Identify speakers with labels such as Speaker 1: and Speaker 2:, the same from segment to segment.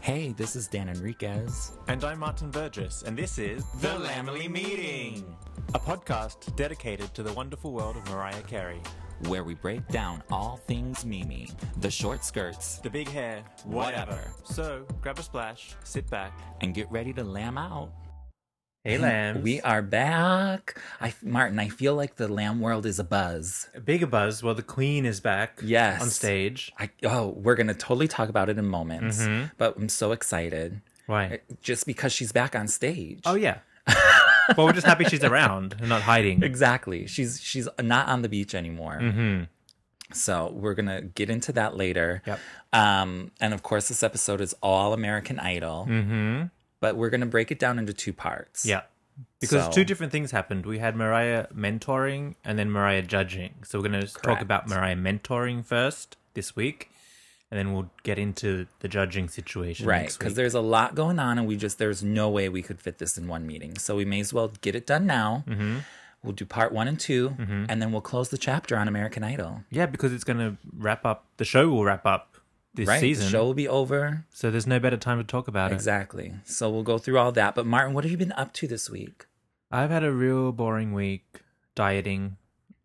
Speaker 1: Hey, this is Dan Enriquez.
Speaker 2: And I'm Martin Burgess, and this is The Lamely Meeting, a podcast dedicated to the wonderful world of Mariah Carey.
Speaker 1: where we break down all things Mimi, the short skirts,
Speaker 2: The big hair, whatever.
Speaker 1: Whatever.
Speaker 2: So grab a splash, sit back.
Speaker 1: and get ready to lamb out.
Speaker 2: Hey,
Speaker 1: We are back. I, Martin, I feel like the lamb world is a buzz.
Speaker 2: A big buzz. Well, the Queen is back.
Speaker 1: Yes.
Speaker 2: On stage.
Speaker 1: I, oh, we're going to totally talk about it in moments,
Speaker 2: Mm-hmm.
Speaker 1: but I'm so excited
Speaker 2: Why?
Speaker 1: just because she's back on stage.
Speaker 2: Oh, yeah. well, we're just happy she's around and not hiding.
Speaker 1: Exactly. She's she's not on the beach anymore. So we're gonna get into that later.
Speaker 2: Mm-hmm. Yep.
Speaker 1: Um, and of course, this episode is all American Idol. Mm-hmm. But we're gonna break it down into two parts.
Speaker 2: Yeah. Because
Speaker 1: So-
Speaker 2: two different things happened. We had Mariah mentoring and then Mariah judging. So we're going to talk
Speaker 1: Correct.
Speaker 2: about Mariah mentoring first this week, and then we'll get into the judging situation.
Speaker 1: Right.
Speaker 2: next
Speaker 1: Because
Speaker 2: week.
Speaker 1: there's a lot going on, and we just there's no way we could fit this in one meeting. So we may as well get it done now. Mm-hmm. We'll do part one and 2
Speaker 2: Mm-hmm.
Speaker 1: and then we'll close the chapter on American Idol.
Speaker 2: yeah, because it's going to wrap up. The show will wrap up this
Speaker 1: right.
Speaker 2: season.
Speaker 1: The show will be over.
Speaker 2: So there's no better time to talk about it.
Speaker 1: Exactly. So we'll go through all that. But Martin, what have you been up to this week?
Speaker 2: I've had a real boring week dieting.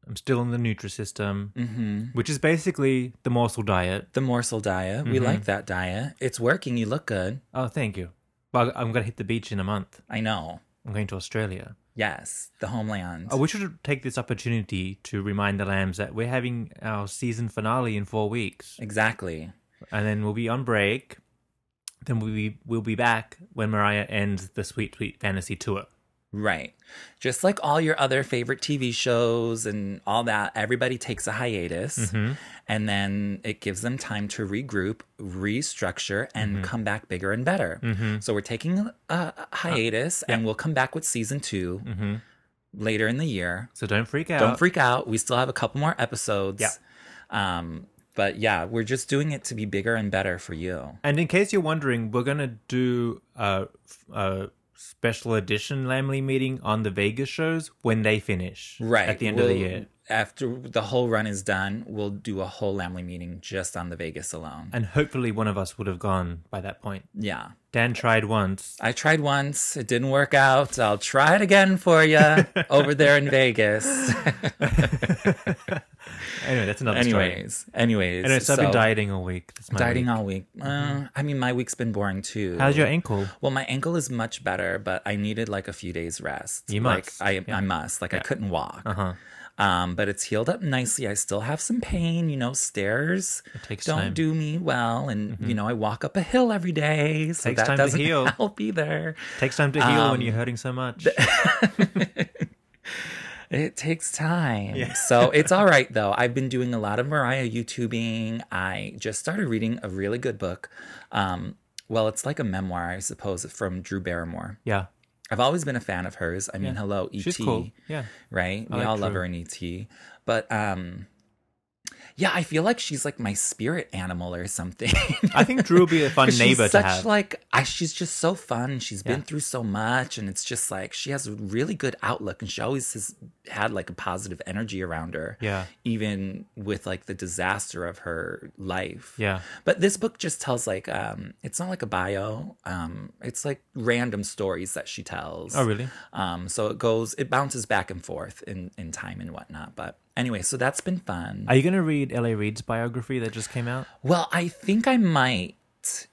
Speaker 2: I'm still in the Nutrisystem, mm-hmm. which is basically the morsel diet.
Speaker 1: The morsel diet.
Speaker 2: Mm-hmm.
Speaker 1: We like that diet. It's working. You look good.
Speaker 2: Oh, thank you. Well, I'm going to hit the beach in a month.
Speaker 1: I know.
Speaker 2: I'm going to Australia.
Speaker 1: Yes, the homeland.
Speaker 2: Oh, we should take this opportunity to remind the lambs that we're having our season finale in four weeks,
Speaker 1: exactly.
Speaker 2: and then we'll be on break. Then we'll be we'll be back when Mariah ends the Sweet Sweet Fantasy tour.
Speaker 1: Right. Just like all your other favorite TV shows and all that, everybody takes a hiatus
Speaker 2: Mm-hmm.
Speaker 1: and then it gives them time to regroup, restructure, and
Speaker 2: Mm-hmm.
Speaker 1: come back bigger and better. So we're taking a,
Speaker 2: Uh,
Speaker 1: a hiatus and we'll come back with season 2
Speaker 2: Mm-hmm.
Speaker 1: later in the year.
Speaker 2: So don't freak out.
Speaker 1: Don't freak out. We still have a couple more episodes.
Speaker 2: Yeah.
Speaker 1: Um, but yeah, we're just doing it to be bigger and better for you.
Speaker 2: And in case you're wondering, we're gonna do a, a special edition Lamley meeting on the Vegas shows when they finish,
Speaker 1: right
Speaker 2: at the end of the
Speaker 1: We'll-
Speaker 2: year.
Speaker 1: after the whole run is done we'll do a whole lamley meeting just on the vegas alone
Speaker 2: And hopefully, one of us would have gone by that point.
Speaker 1: yeah
Speaker 2: Dan tried once.
Speaker 1: i tried once it didn't work out i'll try it again for you over there in vegas
Speaker 2: Anyway, that's another story.
Speaker 1: anyways anyways
Speaker 2: Anyway, so, I've been dieting all week. That's my
Speaker 1: dieting
Speaker 2: week. Mm-hmm.
Speaker 1: all week Uh, i mean my week's been boring too
Speaker 2: How's your ankle?
Speaker 1: well, my ankle is much better, but I needed like a few days rest.
Speaker 2: You
Speaker 1: like,
Speaker 2: must. Uh-huh.
Speaker 1: I, I must. Like I couldn't walk. Um, but it's healed up nicely. I still have some pain. You know, stairs
Speaker 2: takes
Speaker 1: don't
Speaker 2: time. Mm-hmm.
Speaker 1: do me well, and you know I walk up a hill every day, so
Speaker 2: Takes
Speaker 1: that
Speaker 2: time to
Speaker 1: doesn't
Speaker 2: heal.
Speaker 1: help either.
Speaker 2: Takes time to heal when you're hurting so much.
Speaker 1: It takes time. so it's all right though. I've been doing a lot of Mariah YouTubing. I just started reading a really good book. Um, well, it's like a memoir, I suppose, from Drew Barrymore.
Speaker 2: yeah,
Speaker 1: I've always been a fan of hers. I mean, hello, E E.T.
Speaker 2: she's cool. Yeah,
Speaker 1: right? We
Speaker 2: like
Speaker 1: all love
Speaker 2: Drew.
Speaker 1: her in ET. But um yeah, I feel like she's like my spirit animal or something.
Speaker 2: I think Drew will be a fun
Speaker 1: 'Cause
Speaker 2: neighbor
Speaker 1: she's
Speaker 2: to
Speaker 1: such
Speaker 2: have.
Speaker 1: like I, she's just so fun and she's been through so much and it's just like she has a really good outlook and she always has had like a positive energy around her
Speaker 2: Yeah.
Speaker 1: even with like the disaster of her life
Speaker 2: Yeah.
Speaker 1: but this book just tells like um it's not like a bio um it's like random stories that she tells
Speaker 2: Oh, really?
Speaker 1: um so it goes it bounces back and forth in in time and whatnot but anyway so that's been fun
Speaker 2: Are you gonna read La Reid's biography that just came out?
Speaker 1: well, I think I might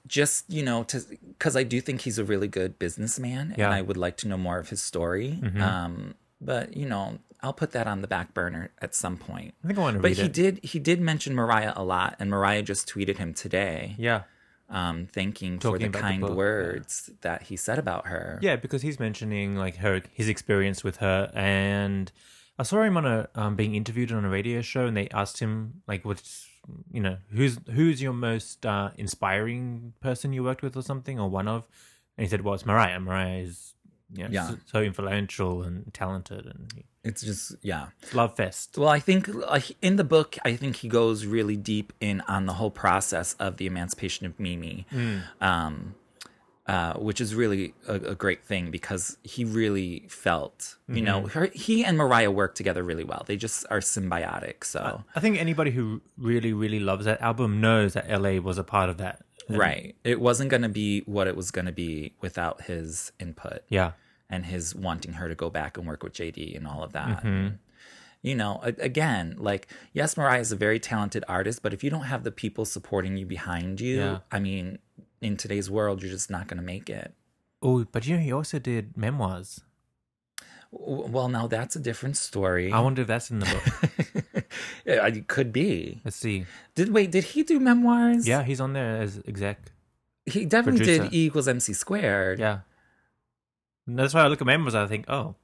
Speaker 1: just, you know, to because I do think he's a really good businessman
Speaker 2: Yeah. Mm-hmm.
Speaker 1: and I would like to know more of his story. Um, But you know, I'll put that on the back burner at some point.
Speaker 2: I think I want to
Speaker 1: But
Speaker 2: read
Speaker 1: he
Speaker 2: it.
Speaker 1: did he did mention Mariah a lot, and Mariah just tweeted him today,
Speaker 2: Yeah.
Speaker 1: um, thanking
Speaker 2: Talking
Speaker 1: for
Speaker 2: about
Speaker 1: the
Speaker 2: the
Speaker 1: kind
Speaker 2: book, yeah.
Speaker 1: words that he said about her.
Speaker 2: Yeah, because he's mentioning like her his experience with her, and I saw him on a um, being interviewed on a radio show, and they asked him like, what's you know who's who's your most uh, inspiring person you worked with or something or one of, and he said, well, it's Mariah. Mariah is you know,
Speaker 1: Yeah.
Speaker 2: so, so influential and talented and
Speaker 1: It's just yeah.
Speaker 2: it's love fest.
Speaker 1: Well, I think uh, he- in the book, I think he goes really deep in on the whole process of the emancipation of Mimi, um, uh, which is really a, a great thing because he really felt, you know, her, he and Mariah work together really well. They just are symbiotic. So
Speaker 2: I think anybody who really really loves that album knows that LA was a part of that.
Speaker 1: right, it wasn't going to be what it was going to be without his input.
Speaker 2: Yeah.
Speaker 1: and his wanting her to go back and work with JD and all of that.
Speaker 2: Mm-hmm.
Speaker 1: You know, a- again, like, yes, Mariah is a very talented artist, but if you don't have the people supporting you behind you,
Speaker 2: Yeah.
Speaker 1: I mean, in today's world, you're just not going to make it.
Speaker 2: Oh, but you know he also did memoirs.
Speaker 1: W- Well, now that's a different story.
Speaker 2: I wonder if that's in the book.
Speaker 1: Yeah, it could be.
Speaker 2: Let's see.
Speaker 1: Did wait? Did he do memoirs?
Speaker 2: Yeah, he's on there as exec.
Speaker 1: he definitely did.
Speaker 2: Producer.
Speaker 1: E equals MC squared.
Speaker 2: Yeah. And that's why I look at members. I think, oh,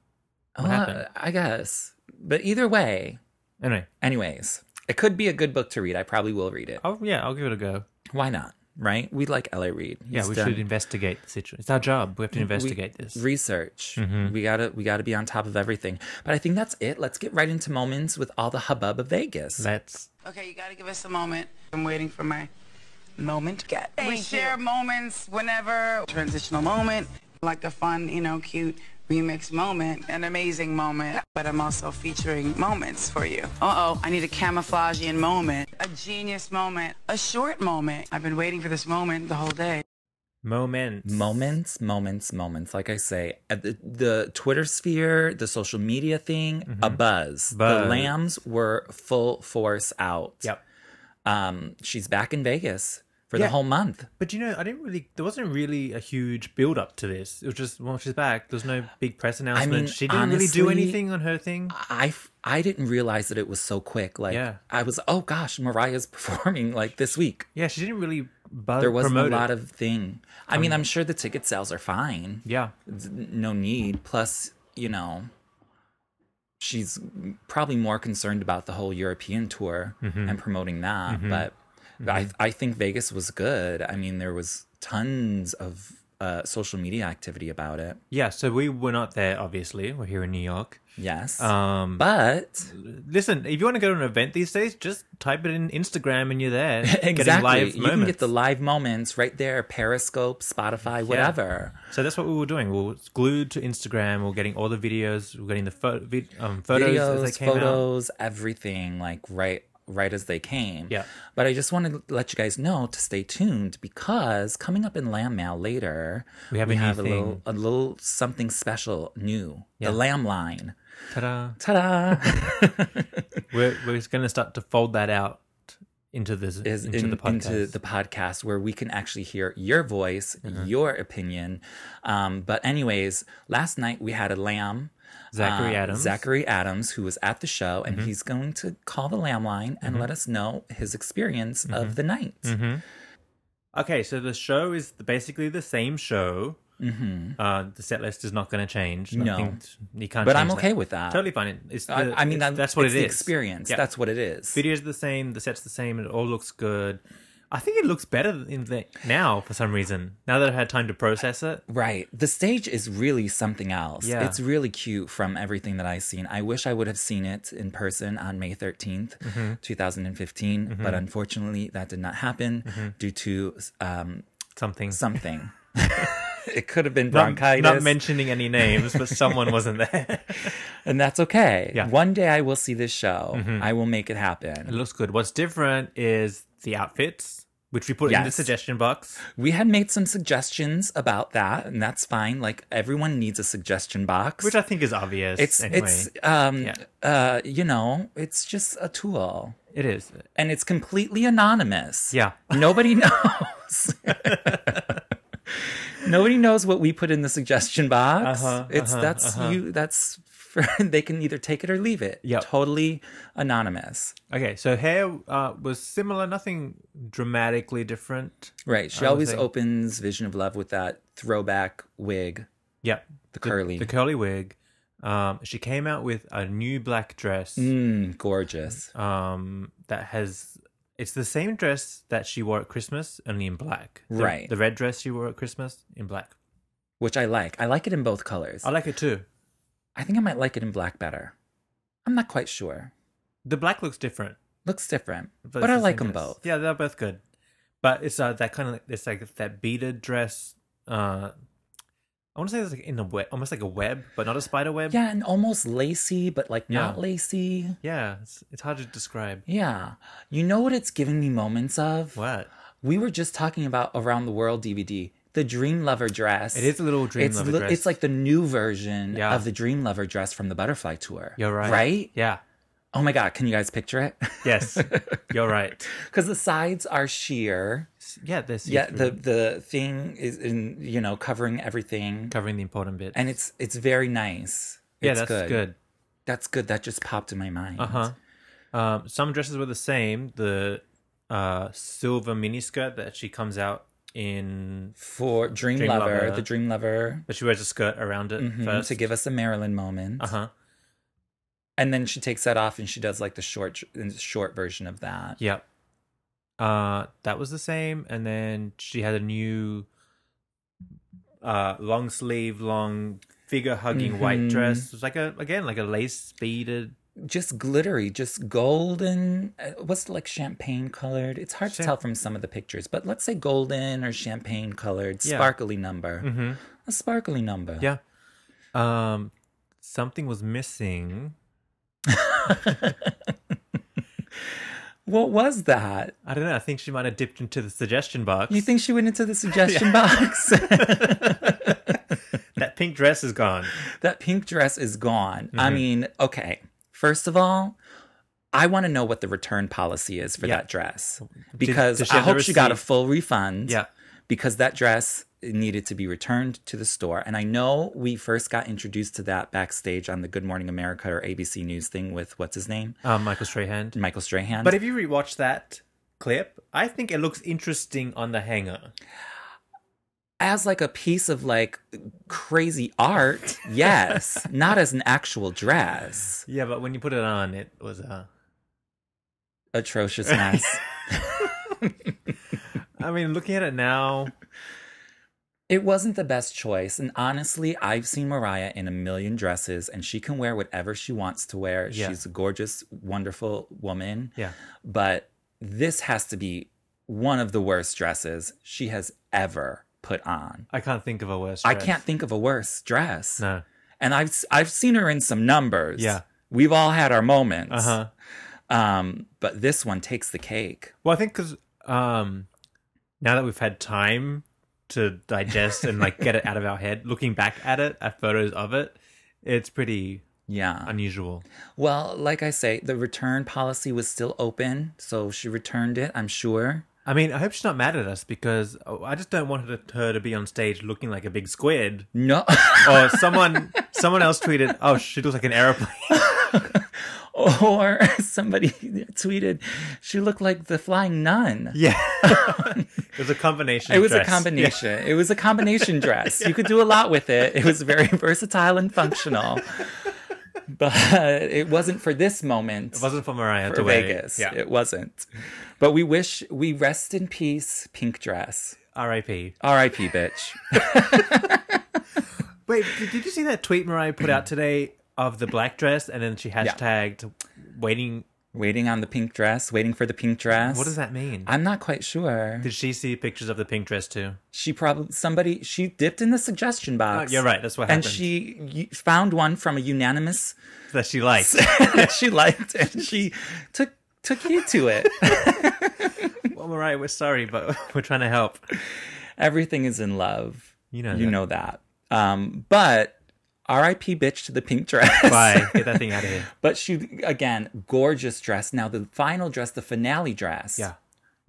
Speaker 2: what
Speaker 1: Well,
Speaker 2: happened?
Speaker 1: Uh, I guess. But either way,
Speaker 2: anyway.
Speaker 1: anyways, it could be a good book to read. I probably will read it.
Speaker 2: Oh yeah, I'll give it a go.
Speaker 1: Why not? Right? We like L.A. Reid.
Speaker 2: Yeah,
Speaker 1: He's
Speaker 2: we
Speaker 1: done-
Speaker 2: should investigate the situation. It's our job. We have to investigate this. Mm-hmm.
Speaker 1: research we gotta we gotta be on top of everything but i think that's it let's get right into moments with all the hubbub of vegas
Speaker 2: Let's.
Speaker 3: Okay, you gotta give us a moment. I'm waiting for my moment. we share moments whenever transitional moment, like a fun, you know, cute remix moment, an amazing moment. But I'm also featuring moments for you. Uh oh, I need a camouflage in moment, a genius moment, a short moment. I've been waiting for this moment the whole day.
Speaker 2: Moments.
Speaker 1: moments moments moments like i say uh, the, the twitter sphere the social media thing a buzz. the
Speaker 2: Mm-hmm. Buzz.
Speaker 1: lambs were full force out
Speaker 2: Yep.
Speaker 1: um she's back in vegas for
Speaker 2: Yeah.
Speaker 1: the whole month
Speaker 2: But you know, I didn't really. There wasn't really a huge build up to this. It was just, well, she's back. There's no big press announcement. she didn't really do
Speaker 1: honestly,
Speaker 2: anything on her thing.
Speaker 1: I, f- I didn't realize that it was so quick. Like
Speaker 2: Yeah.
Speaker 1: I was, oh gosh, Mariah's performing like this week.
Speaker 2: Yeah, she didn't really. Bu-
Speaker 1: There wasn't
Speaker 2: promote
Speaker 1: a lot
Speaker 2: it.
Speaker 1: of thing. I mean,
Speaker 2: Um,
Speaker 1: I'm sure the ticket sales are fine.
Speaker 2: Yeah.
Speaker 1: Th- no need. Plus, you know, she's probably more concerned about the whole European tour
Speaker 2: Mm-hmm.
Speaker 1: and promoting that. But I, I think Vegas was good. I mean, there was tons of uh, social media activity about it.
Speaker 2: Yeah. So we were not there. Obviously, we're here in New York.
Speaker 1: Yes,
Speaker 2: Um.
Speaker 1: but
Speaker 2: Listen, if you want to go to an event these days, just type it in Instagram and you're there.
Speaker 1: exactly,
Speaker 2: Getting live
Speaker 1: you can get
Speaker 2: moments.
Speaker 1: the live moments right there. Periscope, Spotify, whatever.
Speaker 2: So that's what we were doing. We were glued to Instagram. We are getting all the videos. We are getting the pho- vid- um, photos as they
Speaker 1: videos,
Speaker 2: came out.
Speaker 1: photos, everything like right right as they came.
Speaker 2: Yeah.
Speaker 1: But I just want to let you guys know to stay tuned because coming up in Lamb Mail later,
Speaker 2: We have a new thing.
Speaker 1: little a little something special new. The Lamb line.
Speaker 2: Ta-da!
Speaker 1: Ta-da!
Speaker 2: We're we're just going to start to fold that out into this
Speaker 1: Is
Speaker 2: into
Speaker 1: in-
Speaker 2: the podcast. Mm-hmm.
Speaker 1: into the podcast where we can actually hear your voice, your opinion. Um, but anyways, last night we had a lamb.
Speaker 2: Zachary
Speaker 1: uh,
Speaker 2: Adams. Mm-hmm.
Speaker 1: Zachary Adams, who was at the show, and he's going to call the lamb line and let us know his experience
Speaker 2: Mm-hmm.
Speaker 1: of the night.
Speaker 2: Okay, so the show is basically the same show. Mm-hmm. Uh, the set list is not going to change.
Speaker 1: No.
Speaker 2: Nothing- you can't.
Speaker 1: But I'm
Speaker 2: change
Speaker 1: okay with that.
Speaker 2: Totally fine. It's the,
Speaker 1: I, I mean,
Speaker 2: it's-
Speaker 1: that-
Speaker 2: that's what
Speaker 1: it's
Speaker 2: it
Speaker 1: the
Speaker 2: is.
Speaker 1: Experience.
Speaker 2: Yeah.
Speaker 1: That's what it is.
Speaker 2: videos are the same. The set's the same. It all looks good. I think it looks better in the, now for some reason. Now that I've had time to process it.
Speaker 1: Right. The stage is really something else.
Speaker 2: Yeah.
Speaker 1: It's really cute from everything that I've seen. I wish I would have seen it in person on May 13th,
Speaker 2: Mm-hmm.
Speaker 1: 2015, but unfortunately that did not happen
Speaker 2: Mm-hmm.
Speaker 1: due to um,
Speaker 2: Something.
Speaker 1: something. it could have been
Speaker 2: Not-
Speaker 1: bronchitis.
Speaker 2: Not, mentioning any names, but someone wasn't there.
Speaker 1: and that's okay.
Speaker 2: Yeah. Mm-hmm.
Speaker 1: One day I will see this show. I will make it happen.
Speaker 2: It looks good. What's different is the outfits, which we put in the
Speaker 1: Yes.
Speaker 2: suggestion box.
Speaker 1: We had made some suggestions about that, and that's fine. Like everyone needs a suggestion box.
Speaker 2: Which I think is obvious.
Speaker 1: it's
Speaker 2: anyway.
Speaker 1: it's um
Speaker 2: Yeah.
Speaker 1: uh you know it's just a tool
Speaker 2: it is.
Speaker 1: and it's completely anonymous.
Speaker 2: Yeah.
Speaker 1: Nobody knows. Nobody knows what we put in the suggestion box.
Speaker 2: Uh-huh,
Speaker 1: it's
Speaker 2: uh-huh,
Speaker 1: that's you that's for they can either take it or leave it.
Speaker 2: Yep.
Speaker 1: Totally anonymous.
Speaker 2: Okay, so hair uh, was similar, nothing dramatically different.
Speaker 1: Right. She
Speaker 2: I would
Speaker 1: always
Speaker 2: say-
Speaker 1: opens Vision of Love with that throwback wig.
Speaker 2: Yeah,
Speaker 1: The curly.
Speaker 2: the curly wig. Um, she came out with a new black dress.
Speaker 1: Mm, gorgeous.
Speaker 2: Um, that has it's the same dress that she wore at Christmas, only in black. The-
Speaker 1: Right.
Speaker 2: the red dress she wore at Christmas in black.
Speaker 1: Which I like. I like it in both colors.
Speaker 2: I like it too.
Speaker 1: I think I might like it in black better. I'm not quite sure.
Speaker 2: The black looks different.
Speaker 1: Looks different. But,
Speaker 2: it's
Speaker 1: I
Speaker 2: the
Speaker 1: like
Speaker 2: same
Speaker 1: them
Speaker 2: dress.
Speaker 1: both.
Speaker 2: Yeah, they're both good. But it's uh, that kind of it's like that beaded dress. Uh, I want to say it's like in a web, almost like a web, but not a spider web.
Speaker 1: Yeah, and almost lacy, but like not
Speaker 2: Yeah.
Speaker 1: lacy.
Speaker 2: yeah. It's, it's hard to describe.
Speaker 1: Yeah. You know what it's giving me moments of?
Speaker 2: What?
Speaker 1: We were just talking about Around the World DVD, the Dream Lover dress.
Speaker 2: It is a little dream
Speaker 1: it's
Speaker 2: lover
Speaker 1: li-
Speaker 2: dress.
Speaker 1: It's like the new version
Speaker 2: Yeah.
Speaker 1: of the Dream Lover dress from the Butterfly Tour.
Speaker 2: you're right.
Speaker 1: Right?
Speaker 2: Yeah.
Speaker 1: Oh my God, can you guys picture it?
Speaker 2: Yes. you're right.
Speaker 1: Because the sides are sheer.
Speaker 2: Yeah. This.
Speaker 1: Yeah, the, the thing is, in, you know, covering everything.
Speaker 2: covering the important bit.
Speaker 1: And it's it's very nice.
Speaker 2: yeah,
Speaker 1: It's
Speaker 2: that's good.
Speaker 1: That's good. That just popped in my mind.
Speaker 2: Uh huh. Um, some dresses were the same. The uh, silver miniskirt that she comes out in,
Speaker 1: For Dream,
Speaker 2: Dream
Speaker 1: Lover,
Speaker 2: Lover.
Speaker 1: the Dream Lover
Speaker 2: but she wears a skirt around it
Speaker 1: mhm,
Speaker 2: first.
Speaker 1: to give us a Marilyn moment.
Speaker 2: uh huh.
Speaker 1: And then she takes that off and she does like the short short version of that.
Speaker 2: Yep. Uh, that was the same, and then she had a new uh long sleeve, long figure hugging
Speaker 1: Mm-hmm.
Speaker 2: white dress. It was like a again like a lace beaded.
Speaker 1: Just glittery, just golden. uh, What's like champagne colored? It's hard to
Speaker 2: Champ-
Speaker 1: tell from some of the pictures, but let's say golden or champagne colored,
Speaker 2: Yeah. Mm-hmm.
Speaker 1: sparkly number. A sparkly number.
Speaker 2: Yeah. Um, something was missing.
Speaker 1: What was that?
Speaker 2: I don't know. I think she might have dipped into the suggestion box.
Speaker 1: You think she went into the suggestion box?
Speaker 2: that pink dress is gone.
Speaker 1: that pink dress is gone.
Speaker 2: Mm-hmm.
Speaker 1: I mean, okay. First of all, I want to know what the return policy is for
Speaker 2: Yeah.
Speaker 1: that dress because
Speaker 2: does she
Speaker 1: I
Speaker 2: have the
Speaker 1: hope she got a
Speaker 2: receipt?
Speaker 1: full refund.
Speaker 2: Yeah.
Speaker 1: Because that dress needed to be returned to the store. And I know we first got introduced to that backstage on the Good Morning America or ABC News thing with what's his name?
Speaker 2: Um, Michael Strahan.
Speaker 1: Michael Strahan.
Speaker 2: But if you rewatch that clip, I think it looks interesting on the hanger.
Speaker 1: as like a piece of like crazy art, yes, not as an actual dress.
Speaker 2: Yeah, but when you put it on, it was uh
Speaker 1: Atrocious mess.
Speaker 2: I mean, looking at it now,
Speaker 1: It wasn't the best choice. And honestly, I've seen Mariah in a million dresses and she can wear whatever she wants to wear.
Speaker 2: Yeah.
Speaker 1: She's a gorgeous, wonderful woman.
Speaker 2: yeah,
Speaker 1: But this has to be one of the worst dresses she has ever put on.
Speaker 2: I can't think of a worse.
Speaker 1: I
Speaker 2: dress.
Speaker 1: can't think of a worse dress.
Speaker 2: No.
Speaker 1: And I've s- I've seen her in some numbers.
Speaker 2: Yeah.
Speaker 1: We've all had our moments.
Speaker 2: Uh huh.
Speaker 1: Um, but this one takes the cake.
Speaker 2: Well, I think because um, now that we've had time to digest and like get it out of our head, looking back at it, at photos of it, it's pretty
Speaker 1: Yeah.
Speaker 2: unusual.
Speaker 1: Well, like I say, the return policy was still open, so she returned it, I'm sure.
Speaker 2: I mean, I hope she's not mad at us because oh, I just don't want her to, her to be on stage looking like a big squid.
Speaker 1: No.
Speaker 2: Or Oh, someone, someone else tweeted, "Oh, she looks like an aeroplane."
Speaker 1: or somebody tweeted, she looked like the flying nun.
Speaker 2: Yeah, it was a combination.
Speaker 1: It was
Speaker 2: dress.
Speaker 1: a
Speaker 2: Yeah.
Speaker 1: combination. It was a combination dress. You could do a lot with it. It was very versatile and functional. But it wasn't for this moment.
Speaker 2: It wasn't for Mariah
Speaker 1: for
Speaker 2: to wear.
Speaker 1: Vegas.
Speaker 2: Yeah.
Speaker 1: It wasn't. But we wish we rest in peace, pink dress.
Speaker 2: R.I.P.
Speaker 1: R.I.P. bitch.
Speaker 2: Wait, did did you see that tweet Mariah put
Speaker 1: Hmm.
Speaker 2: out today of the black dress and then she hashtagged waiting?
Speaker 1: waiting on the pink dress, waiting for the pink dress.
Speaker 2: What does that mean?
Speaker 1: I'm not quite sure.
Speaker 2: Did she see pictures of the pink dress too?
Speaker 1: She probably somebody she dipped in the suggestion box.
Speaker 2: Oh, you're right, that's what
Speaker 1: and
Speaker 2: happened.
Speaker 1: she y- found one from a unanimous
Speaker 2: That she likes.
Speaker 1: that she liked, and she took took you to it.
Speaker 2: well, Mariah, we're sorry, but we're trying to help.
Speaker 1: Everything is in love.
Speaker 2: You know
Speaker 1: You
Speaker 2: that.
Speaker 1: know that. Um, but R.I.P. bitch to the pink dress.
Speaker 2: Bye. Get that thing out of here.
Speaker 1: But she again, gorgeous dress. Now the final dress, the finale dress.
Speaker 2: Yeah.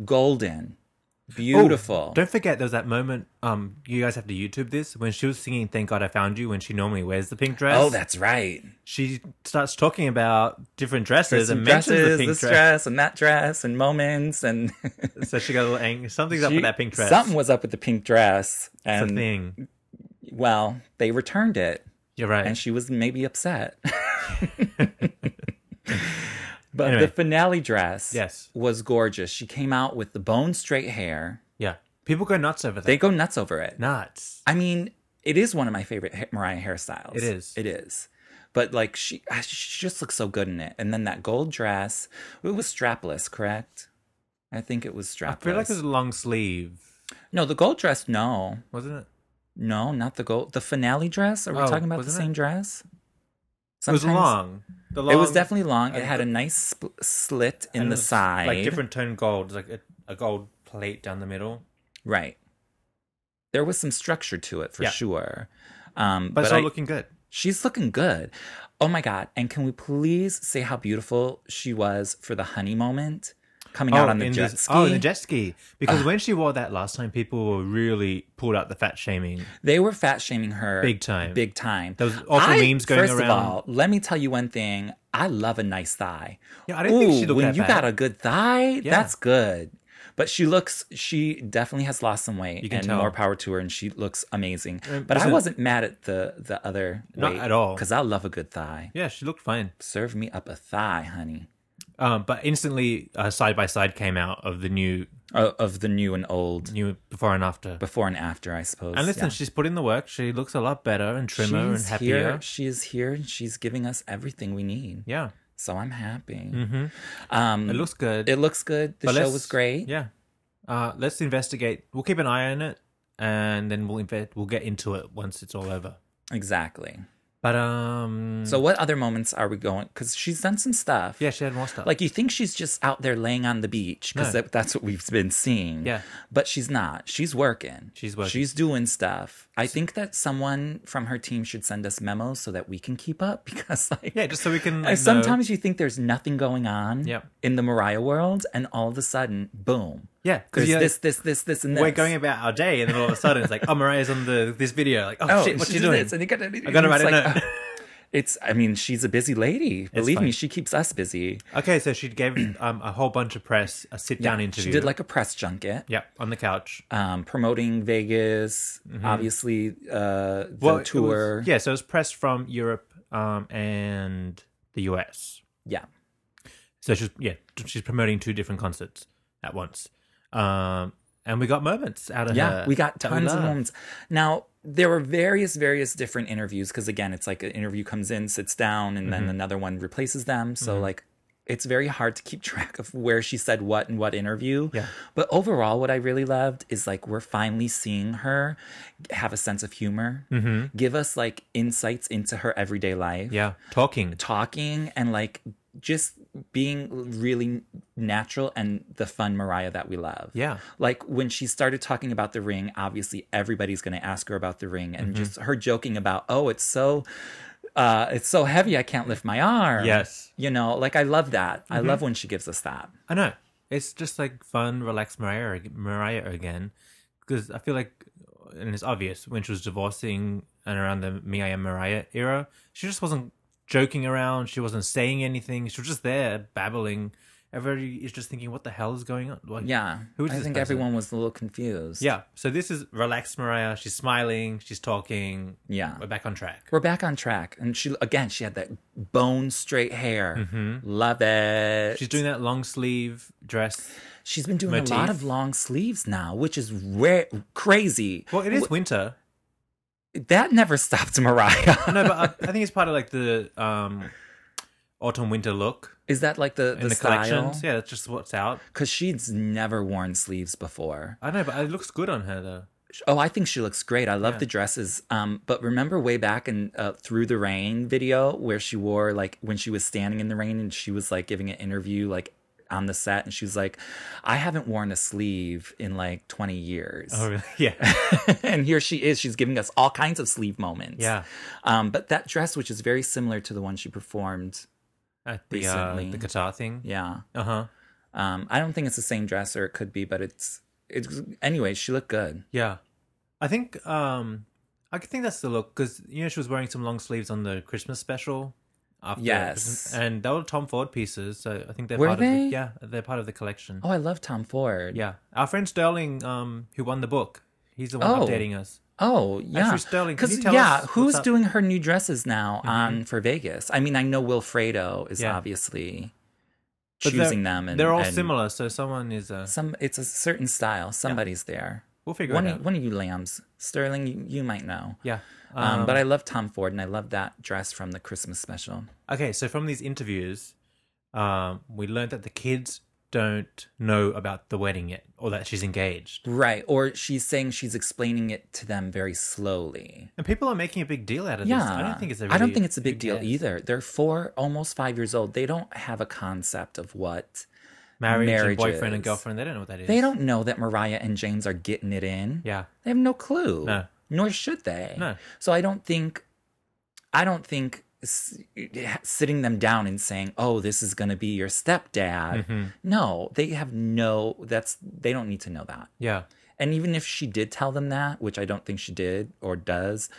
Speaker 1: golden. Beautiful.
Speaker 2: Oh, Don't forget there was that moment. Um, you guys have to YouTube this when she was singing "Thank God I Found You" when she normally wears the pink dress.
Speaker 1: oh, that's right.
Speaker 2: she starts talking about different dresses
Speaker 1: Some
Speaker 2: and mentions
Speaker 1: dresses,
Speaker 2: the pink
Speaker 1: this dress.
Speaker 2: dress.
Speaker 1: and that dress, and moments, and
Speaker 2: So she got a little angry. Something's up with that pink dress.
Speaker 1: something was up with the pink dress.
Speaker 2: It's a
Speaker 1: And
Speaker 2: thing.
Speaker 1: well, they returned it,
Speaker 2: You're right.
Speaker 1: and she was maybe upset. but
Speaker 2: Anyway.
Speaker 1: the finale dress,
Speaker 2: Yes.
Speaker 1: was gorgeous. She came out with the bone straight hair.
Speaker 2: yeah. People go nuts over that.
Speaker 1: They go nuts over it.
Speaker 2: nuts.
Speaker 1: I mean, it is one of my favorite ha- Mariah hairstyles.
Speaker 2: It is.
Speaker 1: It is. But like she, ah, she just looks so good in it. And then that gold dress, it was strapless, correct? I think it was strapless.
Speaker 2: I feel like it was a long sleeve,
Speaker 1: no, the gold dress. No,
Speaker 2: wasn't it?
Speaker 1: no, not the gold. The finale dress. Are we
Speaker 2: Oh,
Speaker 1: talking about the
Speaker 2: wasn't
Speaker 1: same
Speaker 2: it?
Speaker 1: dress?
Speaker 2: It was long. The long.
Speaker 1: It was definitely long. It
Speaker 2: I-
Speaker 1: had a nice sp- slit in
Speaker 2: and it
Speaker 1: the
Speaker 2: was
Speaker 1: side.
Speaker 2: like different tone gold, like a, a gold plate down the middle.
Speaker 1: Right. There was some structure to it for
Speaker 2: Yeah.
Speaker 1: sure. Um,
Speaker 2: But,
Speaker 1: but
Speaker 2: it's all
Speaker 1: I-
Speaker 2: looking good.
Speaker 1: She's looking good. Oh my God. And can we please say how beautiful she was for the honey moment coming out on the
Speaker 2: in
Speaker 1: jet
Speaker 2: this-
Speaker 1: ski?
Speaker 2: Oh, in the jet ski. Because when she wore that last time, people were really pulled out the fat shaming.
Speaker 1: they were fat shaming her.
Speaker 2: Big time.
Speaker 1: Big time.
Speaker 2: There was awful memes going
Speaker 1: first
Speaker 2: around.
Speaker 1: Of all, let me tell you one thing. I love a nice thigh.
Speaker 2: Yeah, I didn't think she looked
Speaker 1: when
Speaker 2: that
Speaker 1: you
Speaker 2: bad.
Speaker 1: got a good thigh, that's good. But she looks, she definitely has lost some weight
Speaker 2: can
Speaker 1: and
Speaker 2: tell.
Speaker 1: more power to her and she looks amazing.
Speaker 2: Um,
Speaker 1: But I
Speaker 2: isn't-
Speaker 1: wasn't mad at the the other
Speaker 2: Not at all.
Speaker 1: Because I love a good thigh.
Speaker 2: Yeah, she looked fine.
Speaker 1: Serve me up a thigh, honey.
Speaker 2: Um, but instantly, uh, side by side came out of the new,
Speaker 1: O- of the new and old,
Speaker 2: new before and after.
Speaker 1: before and after, I suppose.
Speaker 2: and listen,
Speaker 1: yeah.
Speaker 2: she's put in the work. She looks a lot better and trimmer
Speaker 1: She's
Speaker 2: and happier.
Speaker 1: Here. She is here, and she's giving us everything we need.
Speaker 2: Yeah,
Speaker 1: So I'm happy. Um,
Speaker 2: Mm-hmm. it looks good.
Speaker 1: it looks good. The
Speaker 2: But
Speaker 1: show
Speaker 2: let's-
Speaker 1: was great.
Speaker 2: Yeah, uh, let's investigate. We'll keep an eye on it, and then we'll inve- we'll get into it once it's all over.
Speaker 1: exactly.
Speaker 2: But um,
Speaker 1: So what other moments are we going? Because she's done some stuff.
Speaker 2: yeah, she had more stuff.
Speaker 1: Like you think she's just out there laying on the beach because
Speaker 2: No.
Speaker 1: that, that's what we've been seeing.
Speaker 2: Yeah.
Speaker 1: But she's not. She's working.
Speaker 2: She's working.
Speaker 1: She's doing stuff. I think that someone from her team should send us memos so that we can keep up because like
Speaker 2: yeah, just so we can.
Speaker 1: And
Speaker 2: Like, know.
Speaker 1: sometimes you think there's nothing going on
Speaker 2: Yep.
Speaker 1: in the Mariah world, and all of a sudden, boom.
Speaker 2: Yeah, 'cause
Speaker 1: There's
Speaker 2: you're-
Speaker 1: this, this, this, this, and this.
Speaker 2: we're going about our day, and then all of a sudden it's like, oh, Mariah's on the this video. Like, oh, shit, what's she
Speaker 1: did
Speaker 2: doing?
Speaker 1: this, and you gotta-
Speaker 2: I gotta write
Speaker 1: it's
Speaker 2: a
Speaker 1: like, uh,
Speaker 2: note.
Speaker 1: It's, I mean, she's a busy lady. Believe me,
Speaker 2: fine.
Speaker 1: she keeps us busy.
Speaker 2: okay, so she gave um, a whole bunch of press a sit down interview.
Speaker 1: She did like a press junket.
Speaker 2: yeah on the couch.
Speaker 1: Um, promoting Vegas, obviously uh, the
Speaker 2: Mm-hmm. Well, it was-
Speaker 1: tour.
Speaker 2: yeah, so it was press from Europe um, and the US.
Speaker 1: yeah,
Speaker 2: So she's yeah, t- she's promoting two different concerts at once. Um, and we got moments out of
Speaker 1: Yeah,
Speaker 2: her.
Speaker 1: we got
Speaker 2: that we
Speaker 1: tons of
Speaker 2: love.
Speaker 1: moments. Now there were various, various different interviews because again, it's like an interview comes in, sits down, and
Speaker 2: Mm-hmm.
Speaker 1: then another one replaces them. So like, it's very hard to keep track of where she said what in what interview.
Speaker 2: Yeah.
Speaker 1: But overall, what I really loved is like we're finally seeing her have a sense of humor, give us like insights into her everyday life
Speaker 2: Mm-hmm. Yeah, talking.
Speaker 1: talking and like just being really natural and the fun Mariah that we love.
Speaker 2: Yeah.
Speaker 1: Like when she started talking about the ring, obviously everybody's going to ask her about the ring and
Speaker 2: Mm-hmm.
Speaker 1: just her joking about, "Oh, it's so uh it's so heavy I can't lift my arm."
Speaker 2: Yes. Mm-hmm.
Speaker 1: You know, like I love that. I love when she gives us that.
Speaker 2: I know. It's just like fun, relaxed Mariah, ag- Mariah again. Because I feel like, and it's obvious, when she was divorcing and around the Me I Am Mariah era, she just wasn't joking around. She wasn't saying anything. She was just there babbling. Everybody is just thinking, what the hell is going on? Like,
Speaker 1: Yeah.
Speaker 2: Who is
Speaker 1: I
Speaker 2: this
Speaker 1: think
Speaker 2: person?
Speaker 1: everyone was a little confused.
Speaker 2: Yeah. So this is relaxed Mariah. She's smiling. She's talking.
Speaker 1: Yeah.
Speaker 2: We're back on track.
Speaker 1: We're back on track. And she again, she had that bone straight hair. Love it.
Speaker 2: Mm-hmm. She's doing that long sleeve dress.
Speaker 1: She's been doing a lot
Speaker 2: motif.
Speaker 1: of long sleeves now, which is rare, crazy.
Speaker 2: Well, it is winter.
Speaker 1: That never stopped Mariah.
Speaker 2: No, but I, I think it's part of like the um, autumn winter look.
Speaker 1: is that like the,
Speaker 2: in
Speaker 1: the,
Speaker 2: the,
Speaker 1: style?
Speaker 2: collections. Yeah, that's just what's out.
Speaker 1: Because she's never worn sleeves before.
Speaker 2: I know, but it looks good on her though.
Speaker 1: Oh, I think she looks great. I love
Speaker 2: Yeah.
Speaker 1: the dresses. Um, but remember way back in uh, Through the Rain video where she wore like when she was standing in the rain and she was like giving an interview like on the set and she was like, I haven't worn a sleeve in like 20 years.
Speaker 2: really? Yeah.
Speaker 1: and here she is. She's giving us all kinds of sleeve moments.
Speaker 2: Yeah.
Speaker 1: Um, but that dress, which is very similar to the one she performed,
Speaker 2: At the, uh,
Speaker 1: Recently.
Speaker 2: the guitar thing.
Speaker 1: yeah.
Speaker 2: Uh huh.
Speaker 1: Um, I don't think it's the same dress, or it could be, but it's it's, anyway, she looked good.
Speaker 2: Yeah, I think um, I could think that's the look because you know she was wearing some long sleeves on the Christmas special. After
Speaker 1: Yes.
Speaker 2: Christmas- and they were Tom Ford pieces, so I think they're
Speaker 1: Were
Speaker 2: part of
Speaker 1: they?
Speaker 2: the, yeah they're part of the collection.
Speaker 1: Oh, I love Tom Ford.
Speaker 2: Yeah, our friend Sterling, um, who won the book, he's the one
Speaker 1: Oh.
Speaker 2: updating us.
Speaker 1: Oh, yeah.
Speaker 2: Actually, Sterling, can
Speaker 1: 'Cause,
Speaker 2: you tell
Speaker 1: yeah,
Speaker 2: us what's
Speaker 1: who's
Speaker 2: up? Mm-hmm.
Speaker 1: doing her new dresses now on for Vegas? I mean, I know Wilfredo is
Speaker 2: Yeah.
Speaker 1: obviously
Speaker 2: But they're-
Speaker 1: choosing them, and
Speaker 2: they're all
Speaker 1: and
Speaker 2: similar. So someone is uh,
Speaker 1: Some it's a certain style. Somebody's there.
Speaker 2: We'll figure
Speaker 1: one
Speaker 2: it
Speaker 1: of-
Speaker 2: out.
Speaker 1: One of you lambs, Sterling, you, you might know.
Speaker 2: yeah.
Speaker 1: Um, but I love Tom Ford, and I love that dress from the Christmas special.
Speaker 2: Okay, so from these interviews, um, we learned that the kids don't know about the wedding yet, or that she's engaged,
Speaker 1: Right, or she's saying she's explaining it to them very slowly.
Speaker 2: and people are making a big deal out of
Speaker 1: Yeah,
Speaker 2: this. I don't think it's a
Speaker 1: I don't
Speaker 2: really
Speaker 1: think it's a big
Speaker 2: big
Speaker 1: deal
Speaker 2: deal.
Speaker 1: either. They're four, almost five years old. They don't have a concept of what
Speaker 2: marriage, and
Speaker 1: Marriage
Speaker 2: boyfriend and
Speaker 1: is.
Speaker 2: girlfriend. They don't know what that is.
Speaker 1: They don't know that Mariah and James are getting it in.
Speaker 2: Yeah,
Speaker 1: They have no clue.
Speaker 2: No.
Speaker 1: Nor should they.
Speaker 2: No.
Speaker 1: So I don't think, I don't think s- sitting them down and saying, "Oh, this is going to be your stepdad."
Speaker 2: Mm-hmm.
Speaker 1: No, they have no. That's they don't need to know that.
Speaker 2: yeah,
Speaker 1: And even if she did tell them that, which I don't think she did or does,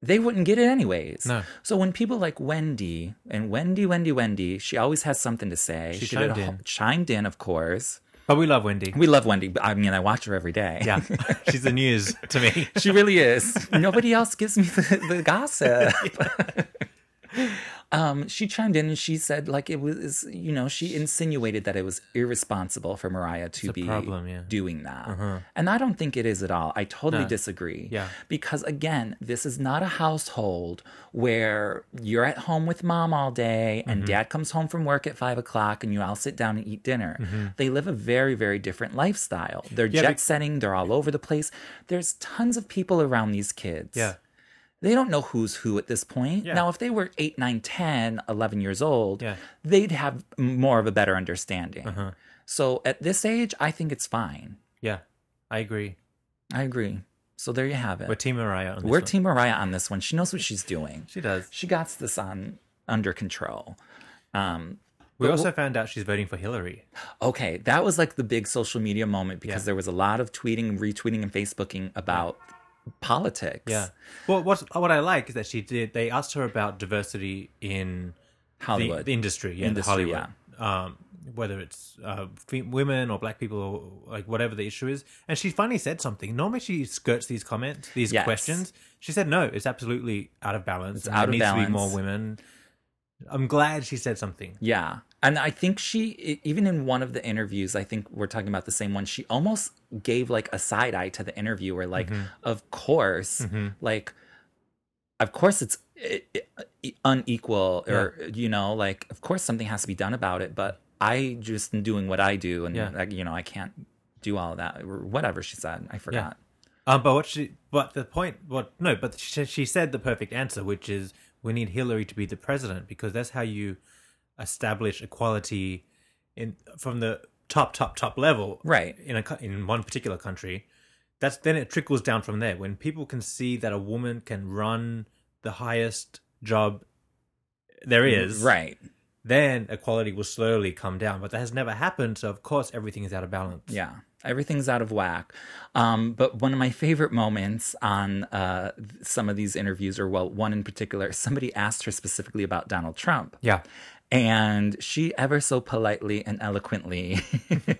Speaker 1: they wouldn't get it anyways.
Speaker 2: No.
Speaker 1: So when people like Wendy and Wendy, Wendy, Wendy, she always has something to say.
Speaker 2: She
Speaker 1: did a
Speaker 2: chimed
Speaker 1: whole-
Speaker 2: in.
Speaker 1: chimed in, of course.
Speaker 2: but we love Wendy.
Speaker 1: We love Wendy. but I mean, I watch her every day.
Speaker 2: yeah, she's the news to me.
Speaker 1: She really is. Nobody else gives me the, the gossip. um, she chimed in and she said, like, it was, you know, she insinuated that it was irresponsible for Mariah to
Speaker 2: a
Speaker 1: be
Speaker 2: problem, yeah. Uh-huh.
Speaker 1: doing that. And I don't think it is at all. I totally
Speaker 2: No.
Speaker 1: disagree.
Speaker 2: Yeah.
Speaker 1: Because again, this is not a household where you're at home with mom all day and
Speaker 2: Mm-hmm.
Speaker 1: dad comes home from work at five o'clock and you all sit down and eat dinner. They live a very, very different lifestyle. They're
Speaker 2: Mm-hmm. Yeah,
Speaker 1: jet
Speaker 2: bec-
Speaker 1: setting, they're all over the place. There's tons of people around these kids.
Speaker 2: Yeah,
Speaker 1: They don't know who's who at this point.
Speaker 2: Yeah.
Speaker 1: Now, if they were 8, 9, 10, 11 years old,
Speaker 2: Yeah. Uh-huh.
Speaker 1: they'd have more of a better understanding. So at this age, I think it's fine.
Speaker 2: yeah, I agree.
Speaker 1: I agree. So there you have it.
Speaker 2: We're Team Mariah. On this
Speaker 1: We're
Speaker 2: one.
Speaker 1: Team Mariah on this one. She knows what she's doing.
Speaker 2: She does.
Speaker 1: She got this on under control. Um,
Speaker 2: We also found out she's voting for Hillary.
Speaker 1: okay, that was like the big social media moment because there was a lot of tweeting, retweeting, and Facebooking about politics.
Speaker 2: Yeah. Well, what what I like is that she did. They asked her about diversity in
Speaker 1: Hollywood.
Speaker 2: the, the industry, yeah,
Speaker 1: Industry,
Speaker 2: the Hollywood. Um, whether it's uh, fe- women or black people or like whatever the issue is, and she finally said something. Normally, she skirts these comments, these
Speaker 1: Yes.
Speaker 2: questions. She said, "No, it's absolutely out of balance.
Speaker 1: out
Speaker 2: and there
Speaker 1: of
Speaker 2: needs to
Speaker 1: balance.
Speaker 2: be more women." I'm glad she said something.
Speaker 1: Yeah. And I think she, e- even in one of the interviews, I think we're talking about the same one, she almost gave like a side eye to the interviewer, like,
Speaker 2: Mm-hmm.
Speaker 1: of course, like, of course it's i i unequal or, you know, like, of course something has to be done about it, but I just am doing what I do and,
Speaker 2: Yeah.
Speaker 1: like, you know, I can't do all of that or whatever she said. I forgot.
Speaker 2: Um, but what she, but the point, what no, but she, she said the perfect answer, which is we need Hillary to be the president because that's how you establish equality in from the top, top, top level,
Speaker 1: Right.
Speaker 2: In a co- in one particular country, that's then it trickles down from there. When people can see that a woman can run the highest job there is,
Speaker 1: Mm, Right.
Speaker 2: then equality will slowly come down. But that has never happened, so of course everything is out of balance.
Speaker 1: Yeah, everything's out of whack. Um, but one of my favorite moments on uh, th- some of these interviews, or well, one in particular, somebody asked her specifically about Donald Trump.
Speaker 2: yeah,
Speaker 1: And she ever so politely and eloquently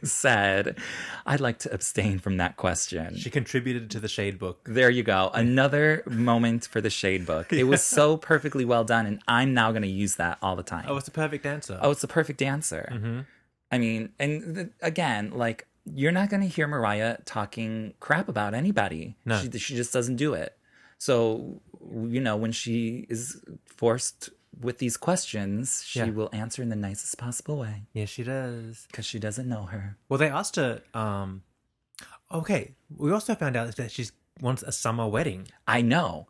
Speaker 1: said, I'd like to abstain from that question.
Speaker 2: she contributed to the Shade Book.
Speaker 1: there you go. Another moment for the shade book. It was so perfectly well done. And I'm now going to use that all the time
Speaker 2: Oh, it's a perfect answer.
Speaker 1: oh, it's the perfect answer.
Speaker 2: Mm-hmm.
Speaker 1: I mean, and th- again, like you're not going to hear Mariah talking crap about anybody.
Speaker 2: No.
Speaker 1: She, she just doesn't do it. So, you know, when she is forced with these questions, she
Speaker 2: Yeah.
Speaker 1: will answer in the nicest possible way
Speaker 2: Yeah, she does.
Speaker 1: because she doesn't know her.
Speaker 2: Well, they asked her. Um, okay, we also found out that she wants a summer wedding.
Speaker 1: I know.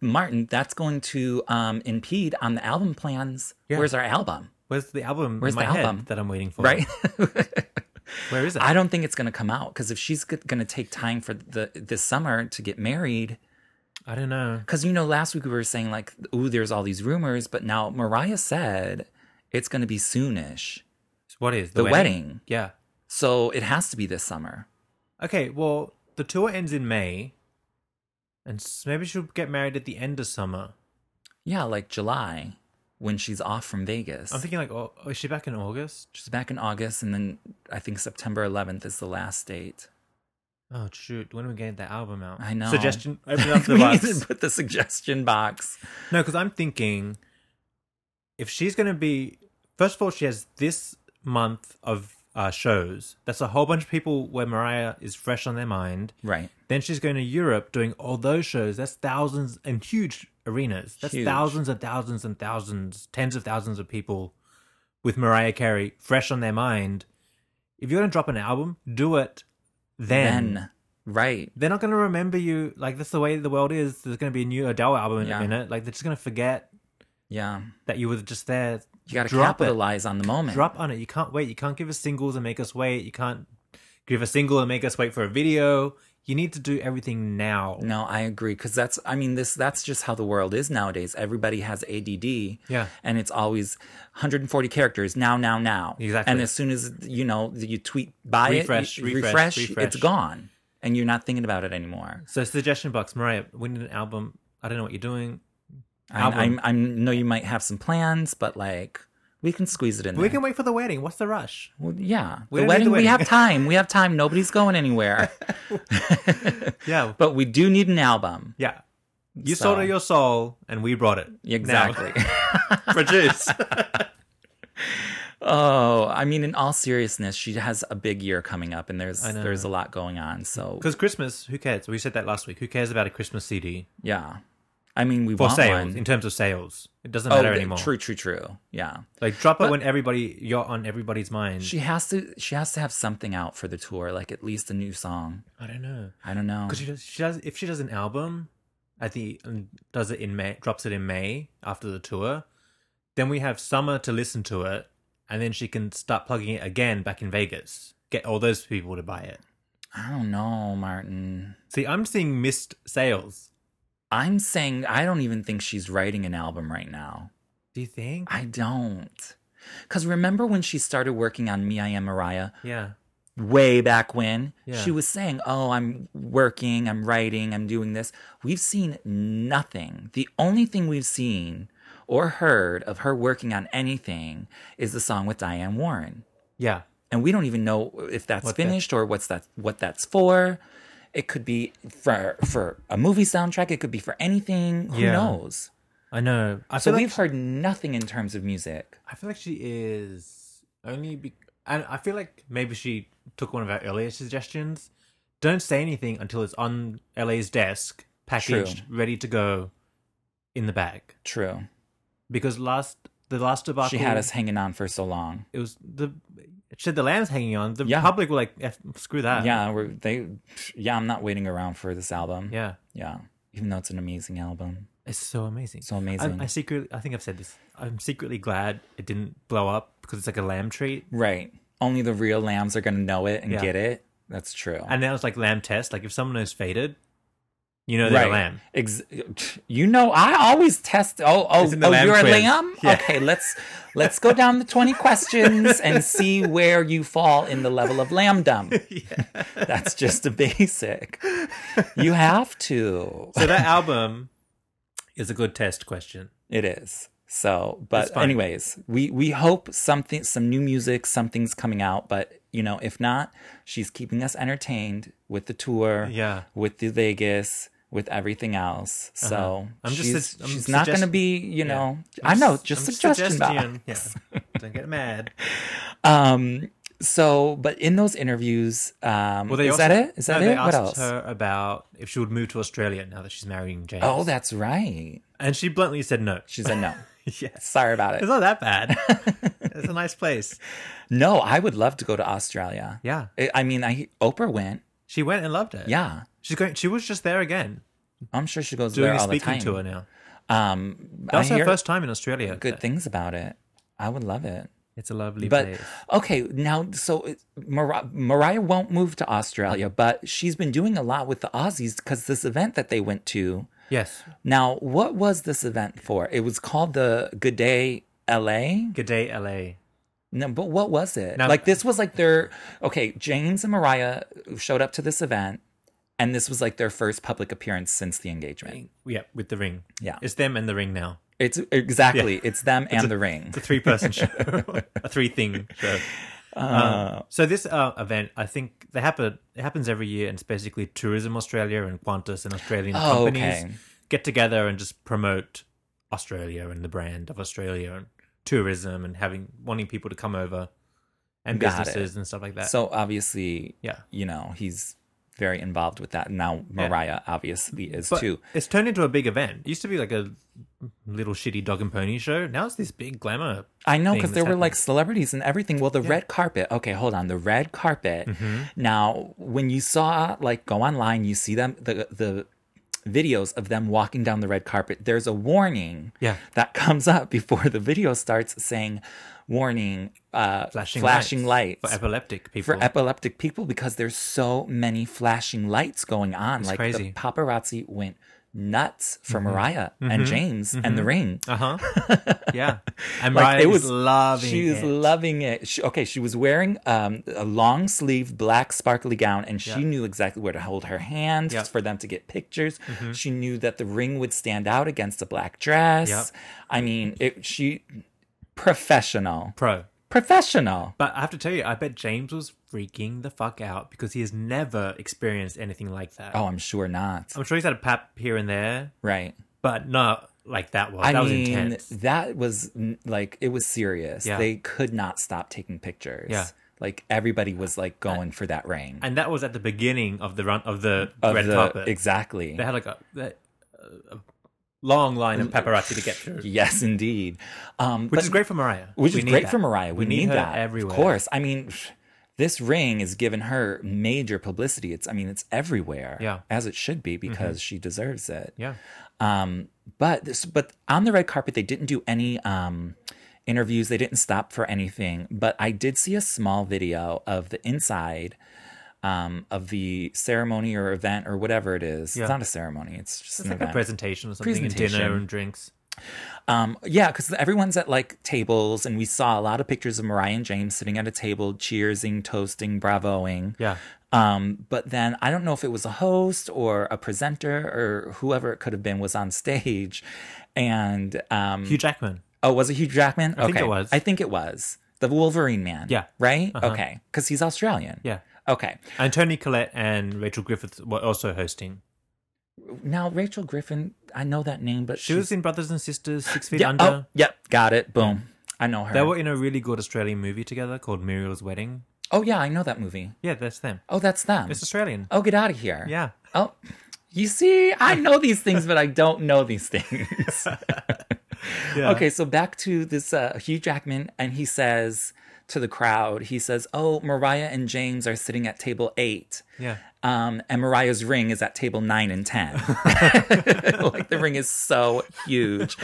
Speaker 1: Martin, that's going to um, impede on the album plans.
Speaker 2: Yeah.
Speaker 1: Where's our album?
Speaker 2: Where's the album? in
Speaker 1: Where's
Speaker 2: my
Speaker 1: the
Speaker 2: head
Speaker 1: album?
Speaker 2: that I'm waiting for?
Speaker 1: Right?
Speaker 2: Where is it?
Speaker 1: I don't think it's going to come out because if she's going to take time for the this summer to get married,
Speaker 2: I don't know.
Speaker 1: Because you know, last week we were saying like, "Ooh, there's all these rumors," but now Mariah said it's going to be soonish,
Speaker 2: So what is
Speaker 1: the wedding?
Speaker 2: Yeah.
Speaker 1: so it has to be this summer.
Speaker 2: Okay, well, the tour ends in May, and s- maybe she'll get married at the end of summer.
Speaker 1: Yeah, like July when she's off from Vegas.
Speaker 2: I'm thinking like, oh, is she back in August?
Speaker 1: she's back in August, and then I think September 11th is the last date.
Speaker 2: Oh shoot, when are we getting that album out?
Speaker 1: I know.
Speaker 2: Suggestion: open up the
Speaker 1: we need
Speaker 2: box.
Speaker 1: to put the suggestion box.
Speaker 2: No, because I'm thinking if she's going to be, first of all, she has this month of uh, shows. That's a whole bunch of people where Mariah is fresh on their mind.
Speaker 1: Right.
Speaker 2: Then she's going to Europe doing all those shows. That's thousands and huge arenas. That's
Speaker 1: Huge.
Speaker 2: thousands and thousands and thousands, tens of thousands of people with Mariah Carey fresh on their mind. If you're going to drop an album, do it then.
Speaker 1: Then. Right.
Speaker 2: They're not going to remember you. Like, that's the way the world is. There's going to be a new Adele album in
Speaker 1: Yeah.
Speaker 2: a minute. Like, they're just going to forget
Speaker 1: Yeah.
Speaker 2: that you were just there.
Speaker 1: You got to
Speaker 2: Drop it.
Speaker 1: capitalize on the moment.
Speaker 2: Drop on it. You can't wait. You can't give us singles and make us wait. You can't give a single and make us wait for a video. You need to do everything now.
Speaker 1: No, I agree because that's I mean this that's just how the world is nowadays. Everybody has ADD,
Speaker 2: Yeah.
Speaker 1: and it's always 140 characters now, now, now,
Speaker 2: Exactly.
Speaker 1: And as soon as you know you tweet buy
Speaker 2: Refresh,
Speaker 1: it,
Speaker 2: refresh, refresh.
Speaker 1: it's gone, and you're not thinking about it anymore.
Speaker 2: So suggestion box, Mariah. We need an album. I don't know what you're doing.
Speaker 1: I,
Speaker 2: Album.
Speaker 1: I'm, I'm know you might have some plans, but like we can squeeze it in.
Speaker 2: We
Speaker 1: there.
Speaker 2: can wait for the wedding. What's the rush?
Speaker 1: Well, yeah,
Speaker 2: We
Speaker 1: the
Speaker 2: don't need
Speaker 1: wedding,
Speaker 2: the
Speaker 1: We
Speaker 2: wedding.
Speaker 1: have time. We have time. Nobody's going anywhere.
Speaker 2: Yeah,
Speaker 1: but we do need an album.
Speaker 2: yeah. You
Speaker 1: So-
Speaker 2: sold out your soul, and we brought it. Now.
Speaker 1: Exactly.
Speaker 2: produce.
Speaker 1: Oh, I mean, in all seriousness, she has a big year coming up, and there's
Speaker 2: I know.
Speaker 1: there's a lot going on. So
Speaker 2: Because Christmas, who cares? We said that last week. Who cares about a Christmas CD
Speaker 1: yeah, I mean, we
Speaker 2: for
Speaker 1: want
Speaker 2: sales
Speaker 1: one.
Speaker 2: in terms of sales? It doesn't
Speaker 1: oh,
Speaker 2: matter
Speaker 1: the-
Speaker 2: anymore.
Speaker 1: true, true, true. Yeah,
Speaker 2: Like drop it when everybody you're on everybody's mind.
Speaker 1: she has to she has to have something out for the tour, like at least a new song.
Speaker 2: I don't know.
Speaker 1: I don't know.
Speaker 2: because she does she does if she does an album at the and does it in May drops it in May after the tour, then we have summer to listen to it, and then she can start plugging it again back in Vegas. Get all those people to buy it.
Speaker 1: I don't know, Martin.
Speaker 2: See, I'm seeing missed sales.
Speaker 1: I'm saying I don't even think she's writing an album right now.
Speaker 2: Do you think?
Speaker 1: I don't. Because remember when she started working on Me, I Am Mariah?
Speaker 2: Yeah,
Speaker 1: way back when
Speaker 2: Yeah.
Speaker 1: she was saying oh i'm working i'm writing i'm doing this we've seen nothing the only thing we've seen or heard of her working on anything is the song with diane warren
Speaker 2: yeah.
Speaker 1: and we don't even know if that's
Speaker 2: What that-
Speaker 1: finished or what's that what that's for it could be for for a movie soundtrack it could be for anything who
Speaker 2: Yeah.
Speaker 1: knows
Speaker 2: I know. I
Speaker 1: so
Speaker 2: feel like
Speaker 1: we've heard nothing in terms of music
Speaker 2: I feel like she is only be- and I feel like maybe she took one of our earlier suggestions. Don't say anything until it's on LA's desk, packaged, ready to go in the bag.
Speaker 1: true
Speaker 2: Because last the last debacle
Speaker 1: she had us hanging on for so long
Speaker 2: it was the it said the lambs hanging on. The
Speaker 1: Yeah.
Speaker 2: public were like F, screw that.
Speaker 1: yeah, we're, they. Yeah, I'm not waiting around for this album.
Speaker 2: Yeah.
Speaker 1: yeah. Even though it's an amazing album,
Speaker 2: It's so amazing.
Speaker 1: So
Speaker 2: I'm-
Speaker 1: amazing.
Speaker 2: I, secretly I think I've said this. I'm secretly glad it didn't blow up because it's like a lamb treat.
Speaker 1: right? Only the real lambs are gonna know it and
Speaker 2: Yeah.
Speaker 1: get it. That's true.
Speaker 2: And now it's like lamb test. Like if someone knows faded, you know they're a lamb.
Speaker 1: Ex- you know, I always test. Oh, oh,
Speaker 2: It's in the
Speaker 1: oh
Speaker 2: lamb
Speaker 1: you're a
Speaker 2: quiz.
Speaker 1: lamb.
Speaker 2: Yeah.
Speaker 1: Okay, let's let's go down the twenty questions and see where you fall in the level of lambdom. That's just a basic. You have to.
Speaker 2: So that album is a good test question.
Speaker 1: It is. So,
Speaker 2: It's
Speaker 1: but
Speaker 2: fine.
Speaker 1: anyways, we we hope something some new music, something's coming out, but you know, if not, she's keeping us entertained with the tour,
Speaker 2: Yeah. Uh-huh.
Speaker 1: with the Vegas, with everything else. So,
Speaker 2: I'm just
Speaker 1: she's,
Speaker 2: sug- I'm
Speaker 1: she's not going to
Speaker 2: suggest-
Speaker 1: be, you know,
Speaker 2: I'm
Speaker 1: I know,
Speaker 2: s-
Speaker 1: just
Speaker 2: I'm
Speaker 1: suggestion box.
Speaker 2: suggestion. Yeah. Don't get mad.
Speaker 1: Um so, but in those interviews, um
Speaker 2: Well, they
Speaker 1: is
Speaker 2: also,
Speaker 1: that it? Is
Speaker 2: no,
Speaker 1: that
Speaker 2: They
Speaker 1: it? What else?
Speaker 2: asked her about if she would move to Australia now that she's marrying James.
Speaker 1: Oh, that's right.
Speaker 2: and she bluntly said no.
Speaker 1: She said no.
Speaker 2: yes.
Speaker 1: Sorry about
Speaker 2: It's
Speaker 1: it.
Speaker 2: not that bad. it's a nice place.
Speaker 1: No, I would love to go to Australia.
Speaker 2: Yeah.
Speaker 1: I- I mean, I Oprah went.
Speaker 2: She went and loved it.
Speaker 1: Yeah.
Speaker 2: She's going. She was just there again
Speaker 1: I'm sure she goes
Speaker 2: doing
Speaker 1: there
Speaker 2: a
Speaker 1: all the time.
Speaker 2: speaking tour now.
Speaker 1: Um,
Speaker 2: That was
Speaker 1: I
Speaker 2: her
Speaker 1: hear
Speaker 2: first time in Australia.
Speaker 1: good things about it. I would love it.
Speaker 2: It's a lovely
Speaker 1: But
Speaker 2: place.
Speaker 1: okay, now so it, Mar- Mariah won't move to Australia, but she's been doing a lot with the Aussies because this event that they went to.
Speaker 2: Yes.
Speaker 1: Now, what was this event for? It was called the Good Day LA.
Speaker 2: Good day, LA.
Speaker 1: No, but what was it?
Speaker 2: Now-
Speaker 1: like this was like their okay, James and Mariah showed up to this event and this was like their first public appearance since the engagement.
Speaker 2: Yeah, with the ring.
Speaker 1: Yeah.
Speaker 2: It's them and the ring now.
Speaker 1: It's exactly, it's them and the ring.
Speaker 2: It's a three person show, a three thing show. Um, so this uh, event, I think, they happen. It happens every year, and it's basically Tourism Australia and Qantas and Australian
Speaker 1: Oh,
Speaker 2: companies
Speaker 1: okay.
Speaker 2: get together and just promote Australia and the brand of Australia and tourism and having wanting people to come over and
Speaker 1: Got it.
Speaker 2: businesses and stuff like that.
Speaker 1: So obviously,
Speaker 2: Yeah.
Speaker 1: you know, he's very involved with that. Now Mariah obviously is
Speaker 2: But
Speaker 1: too.
Speaker 2: It's turned into a big event. It used to be like a little shitty dog and pony show. Now it's this big glamour.
Speaker 1: I know
Speaker 2: thing
Speaker 1: because
Speaker 2: that's
Speaker 1: there were
Speaker 2: happening.
Speaker 1: like celebrities and everything. Well, the red carpet. Okay, hold on. The red carpet.
Speaker 2: Mm-hmm.
Speaker 1: Now, when you saw like go online, you see them the the videos of them walking down the red carpet. There's a warning.
Speaker 2: Yeah.
Speaker 1: That comes up before the video starts saying, "Warning, uh, flashing, lights."
Speaker 2: for epileptic people.
Speaker 1: for epileptic people because there's so many flashing lights going on. like
Speaker 2: crazy. Mm-hmm.
Speaker 1: the paparazzi went nuts for Mariah and James and the ring.
Speaker 2: Uh huh. Yeah. And
Speaker 1: Like,
Speaker 2: Mariah
Speaker 1: it
Speaker 2: was
Speaker 1: was-
Speaker 2: loving
Speaker 1: She was
Speaker 2: it.
Speaker 1: loving it. She, okay, she was wearing um, a long sleeve black sparkly gown, and she
Speaker 2: Yeah.
Speaker 1: knew exactly where to hold her hands
Speaker 2: Yeah. Mm-hmm.
Speaker 1: for them to get pictures. She knew that the ring would stand out against a black dress.
Speaker 2: Yeah.
Speaker 1: I mean, it, she professional,
Speaker 2: Pro.
Speaker 1: professional.
Speaker 2: But I have to tell you, I bet James was freaking the fuck out because he has never experienced anything like that.
Speaker 1: Oh, I'm sure not.
Speaker 2: I'm sure he's had a pap here and there,
Speaker 1: Right.
Speaker 2: but not like that was.
Speaker 1: I
Speaker 2: that was
Speaker 1: mean,
Speaker 2: intense.
Speaker 1: that was mm, like it was serious.
Speaker 2: Yeah.
Speaker 1: They could not stop taking pictures.
Speaker 2: Yeah.
Speaker 1: Like everybody was like going for that ring.
Speaker 2: And that was at the beginning of the run of the
Speaker 1: Of
Speaker 2: red
Speaker 1: the-
Speaker 2: carpet.
Speaker 1: Exactly.
Speaker 2: They had like a, a, a long line of paparazzi to get through,
Speaker 1: Yes, indeed. Um,
Speaker 2: which is great for Mariah.
Speaker 1: Which
Speaker 2: We
Speaker 1: is
Speaker 2: need
Speaker 1: great
Speaker 2: that.
Speaker 1: for Mariah. We,
Speaker 2: need,
Speaker 1: need,
Speaker 2: her
Speaker 1: that
Speaker 2: everywhere.
Speaker 1: Of course. I mean, this ring is giving her major publicity. It's. I mean, it's everywhere.
Speaker 2: Yeah. Mm-hmm.
Speaker 1: As it should be because she deserves it.
Speaker 2: Yeah.
Speaker 1: Um, but this, but on the red carpet, they didn't do any um, interviews. They didn't stop for anything. But I did see a small video of the inside um, of the ceremony or event or whatever it is.
Speaker 2: Yeah.
Speaker 1: It's not a ceremony. It's just
Speaker 2: It's
Speaker 1: an
Speaker 2: like a
Speaker 1: event.
Speaker 2: presentation or something, and
Speaker 1: Presentation.
Speaker 2: dinner and drinks.
Speaker 1: Um, yeah, because everyone's at like tables, and we saw a lot of pictures of Mariah and James sitting at a table, cheersing, toasting, bravoing.
Speaker 2: Yeah.
Speaker 1: Um, but then I don't know if it was a host or a presenter or whoever it could have been was on stage, and um,
Speaker 2: Hugh Jackman.
Speaker 1: oh, was it Hugh Jackman?
Speaker 2: I think it was.
Speaker 1: I think it was the Wolverine man.
Speaker 2: Yeah. Uh-huh.
Speaker 1: Right. Okay. Because he's Australian.
Speaker 2: Yeah.
Speaker 1: Okay.
Speaker 2: And Tony Collette and Rachel Griffith were also hosting.
Speaker 1: Now Rachel Griffin, I know that name, but
Speaker 2: She was in Brothers and Sisters, Six Feet
Speaker 1: yeah,
Speaker 2: Under.
Speaker 1: Oh, yep. Got it. Boom. I know her.
Speaker 2: They were in a really good Australian movie together called Muriel's Wedding.
Speaker 1: oh yeah, I know that movie.
Speaker 2: Yeah, that's them.
Speaker 1: Oh, that's them.
Speaker 2: It's Australian.
Speaker 1: Oh, get out of here.
Speaker 2: Yeah.
Speaker 1: Oh, you see, I know these things, but I don't know these things.
Speaker 2: Yeah.
Speaker 1: Okay, so back to this uh, Hugh Jackman, and he says to the crowd, he says, Oh, Mariah and James are sitting at table eight.
Speaker 2: Yeah.
Speaker 1: Um, and Mariah's ring is at table nine and 10. like the ring is so huge.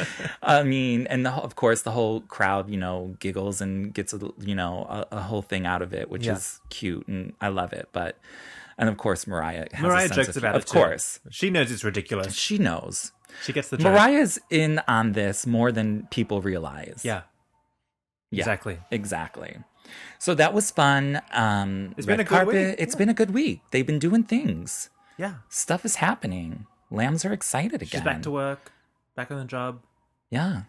Speaker 1: I mean, and the, whole- of course, the whole crowd, you know, giggles and gets, a, you know, a, a whole thing out of it, which
Speaker 2: Yeah.
Speaker 1: is cute and I love it. But, and of course, Mariah has a
Speaker 2: Mariah
Speaker 1: sense
Speaker 2: jokes
Speaker 1: of,
Speaker 2: about
Speaker 1: of
Speaker 2: it. too.
Speaker 1: course.
Speaker 2: She knows it's ridiculous.
Speaker 1: She knows.
Speaker 2: She gets the joke.
Speaker 1: Mariah's in on this more than people realize.
Speaker 2: Yeah.
Speaker 1: Yeah,
Speaker 2: Exactly.
Speaker 1: Exactly. So that was fun. Um,
Speaker 2: It's
Speaker 1: red
Speaker 2: been a good
Speaker 1: carpet.
Speaker 2: week,
Speaker 1: It's
Speaker 2: yeah.
Speaker 1: been a good week. They've been doing things.
Speaker 2: Yeah.
Speaker 1: Stuff is happening. Lambs are excited again.
Speaker 2: She's back to work, back on the job.
Speaker 1: Yeah.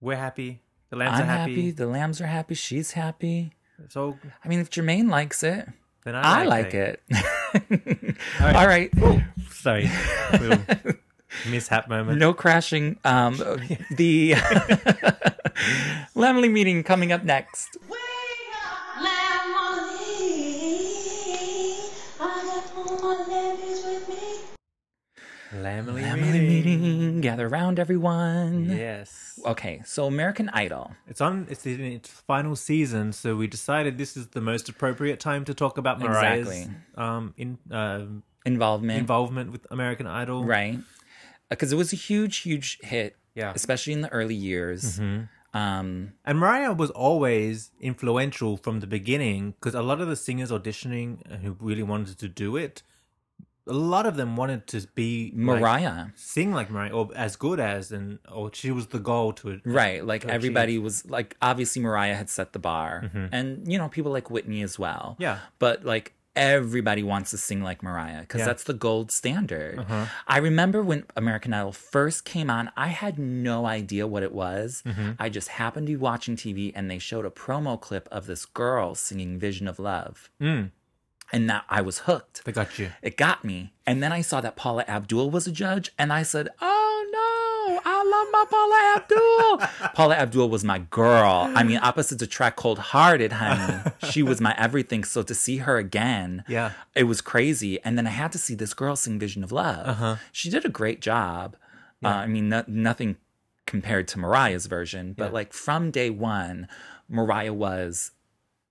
Speaker 2: We're happy. The lambs
Speaker 1: I'm
Speaker 2: are happy.
Speaker 1: happy. The lambs are happy. She's happy.
Speaker 2: It's all.
Speaker 1: I mean, if Jermaine likes it,
Speaker 2: Then
Speaker 1: I,
Speaker 2: I,
Speaker 1: like it.
Speaker 2: right.
Speaker 1: All right.
Speaker 2: Sorry. Little mishap moment.
Speaker 1: No crashing. Um, the Lemley meeting coming up next.
Speaker 4: Lemonade. I got all my ladies with me.
Speaker 2: Lamely,
Speaker 1: Lemley meeting. Gather round, everyone.
Speaker 2: Yes.
Speaker 1: Okay, so American Idol.
Speaker 2: It's on. It's in its final season, so we decided this is the most appropriate time to talk about Mariah's
Speaker 1: Exactly.
Speaker 2: um, in, um
Speaker 1: involvement,
Speaker 2: involvement with American Idol.
Speaker 1: right? Because it was a huge, huge hit,
Speaker 2: Yeah. Mm-hmm.
Speaker 1: especially in the early years. Um,
Speaker 2: And Mariah was always influential from the beginning because a lot of the singers auditioning who really wanted to do it, a lot of them wanted to be like,
Speaker 1: Mariah.
Speaker 2: sing like Mariah, or as good as, and or she was the goal to it.
Speaker 1: Right. Like
Speaker 2: achieve.
Speaker 1: everybody was like obviously Mariah had set the bar. And you know, people like Whitney as well.
Speaker 2: Mm-hmm. Yeah.
Speaker 1: But like everybody wants to sing like Mariah because
Speaker 2: Yeah. Uh-huh.
Speaker 1: that's the gold standard. I remember when American Idol first came on, I had no idea what it was.
Speaker 2: Mm-hmm.
Speaker 1: I just happened to be watching TV and they showed a promo clip of this girl singing Vision of Love.
Speaker 2: Mm.
Speaker 1: And that I was hooked
Speaker 2: They got you.
Speaker 1: it got me. And then I saw that Paula Abdul was a judge, and I said, Oh no, I love my Paula Abdul. Paula Abdul was my girl. I mean, opposites attract cold hearted, honey. She was my everything. So to see her again,
Speaker 2: Yeah.
Speaker 1: it was crazy. And then I had to see this girl sing Vision of Love.
Speaker 2: Uh-huh.
Speaker 1: She did a great job. Uh, I mean, no- nothing compared to Mariah's version, but
Speaker 2: Yeah.
Speaker 1: like from day one, Mariah was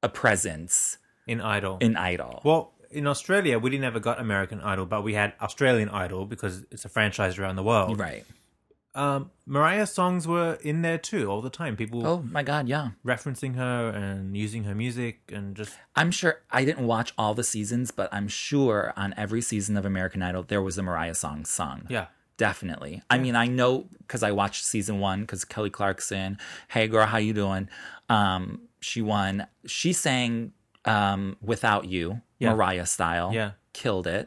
Speaker 1: a presence
Speaker 2: in Idol.
Speaker 1: in Idol.
Speaker 2: well, in Australia, we didn't ever got American Idol, but we had Australian Idol because it's a franchise around the world.
Speaker 1: right.
Speaker 2: Um, Mariah's songs were in there too all the time. People
Speaker 1: Oh my God, yeah.
Speaker 2: referencing her and using her music and just
Speaker 1: I'm sure I didn't watch all the seasons, but I'm sure on every season of American Idol there was a Mariah song sung.
Speaker 2: yeah.
Speaker 1: Definitely. I mean, I know because I watched season one because Kelly Clarkson, "Hey girl, how you doing?" Um, she won. She sang um, "Without You,"
Speaker 2: Yeah.
Speaker 1: Mariah style.
Speaker 2: Yeah.
Speaker 1: killed it.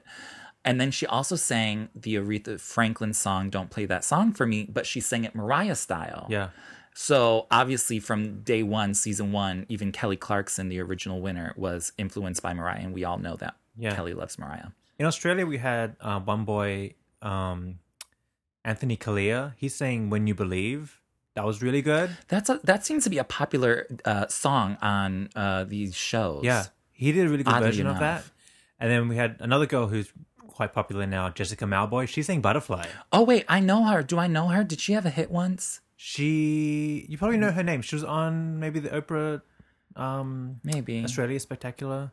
Speaker 1: And then she also sang the Aretha Franklin song "Don't Play That Song for Me," but she sang it Mariah style.
Speaker 2: Yeah.
Speaker 1: So obviously, from day one, season one, even Kelly Clarkson, the original winner, was influenced by Mariah, and we all know that
Speaker 2: Yeah.
Speaker 1: Kelly loves Mariah.
Speaker 2: In Australia, we had uh, one boy, um, Anthony Kalia. He's saying "When You Believe." That was really good.
Speaker 1: That's a, that seems to be a popular uh, song on uh, these shows.
Speaker 2: Yeah, he did a really good
Speaker 1: Oddly
Speaker 2: version of that.
Speaker 1: enough.
Speaker 2: And then we had another girl who's quite popular now, Jessica Malboy. She sang "Butterfly."
Speaker 1: Oh wait, I know her. Do I know her? Did she have a hit once?
Speaker 2: She, you probably know her name. She was on maybe the Oprah um,
Speaker 1: Maybe
Speaker 2: Australia Spectacular.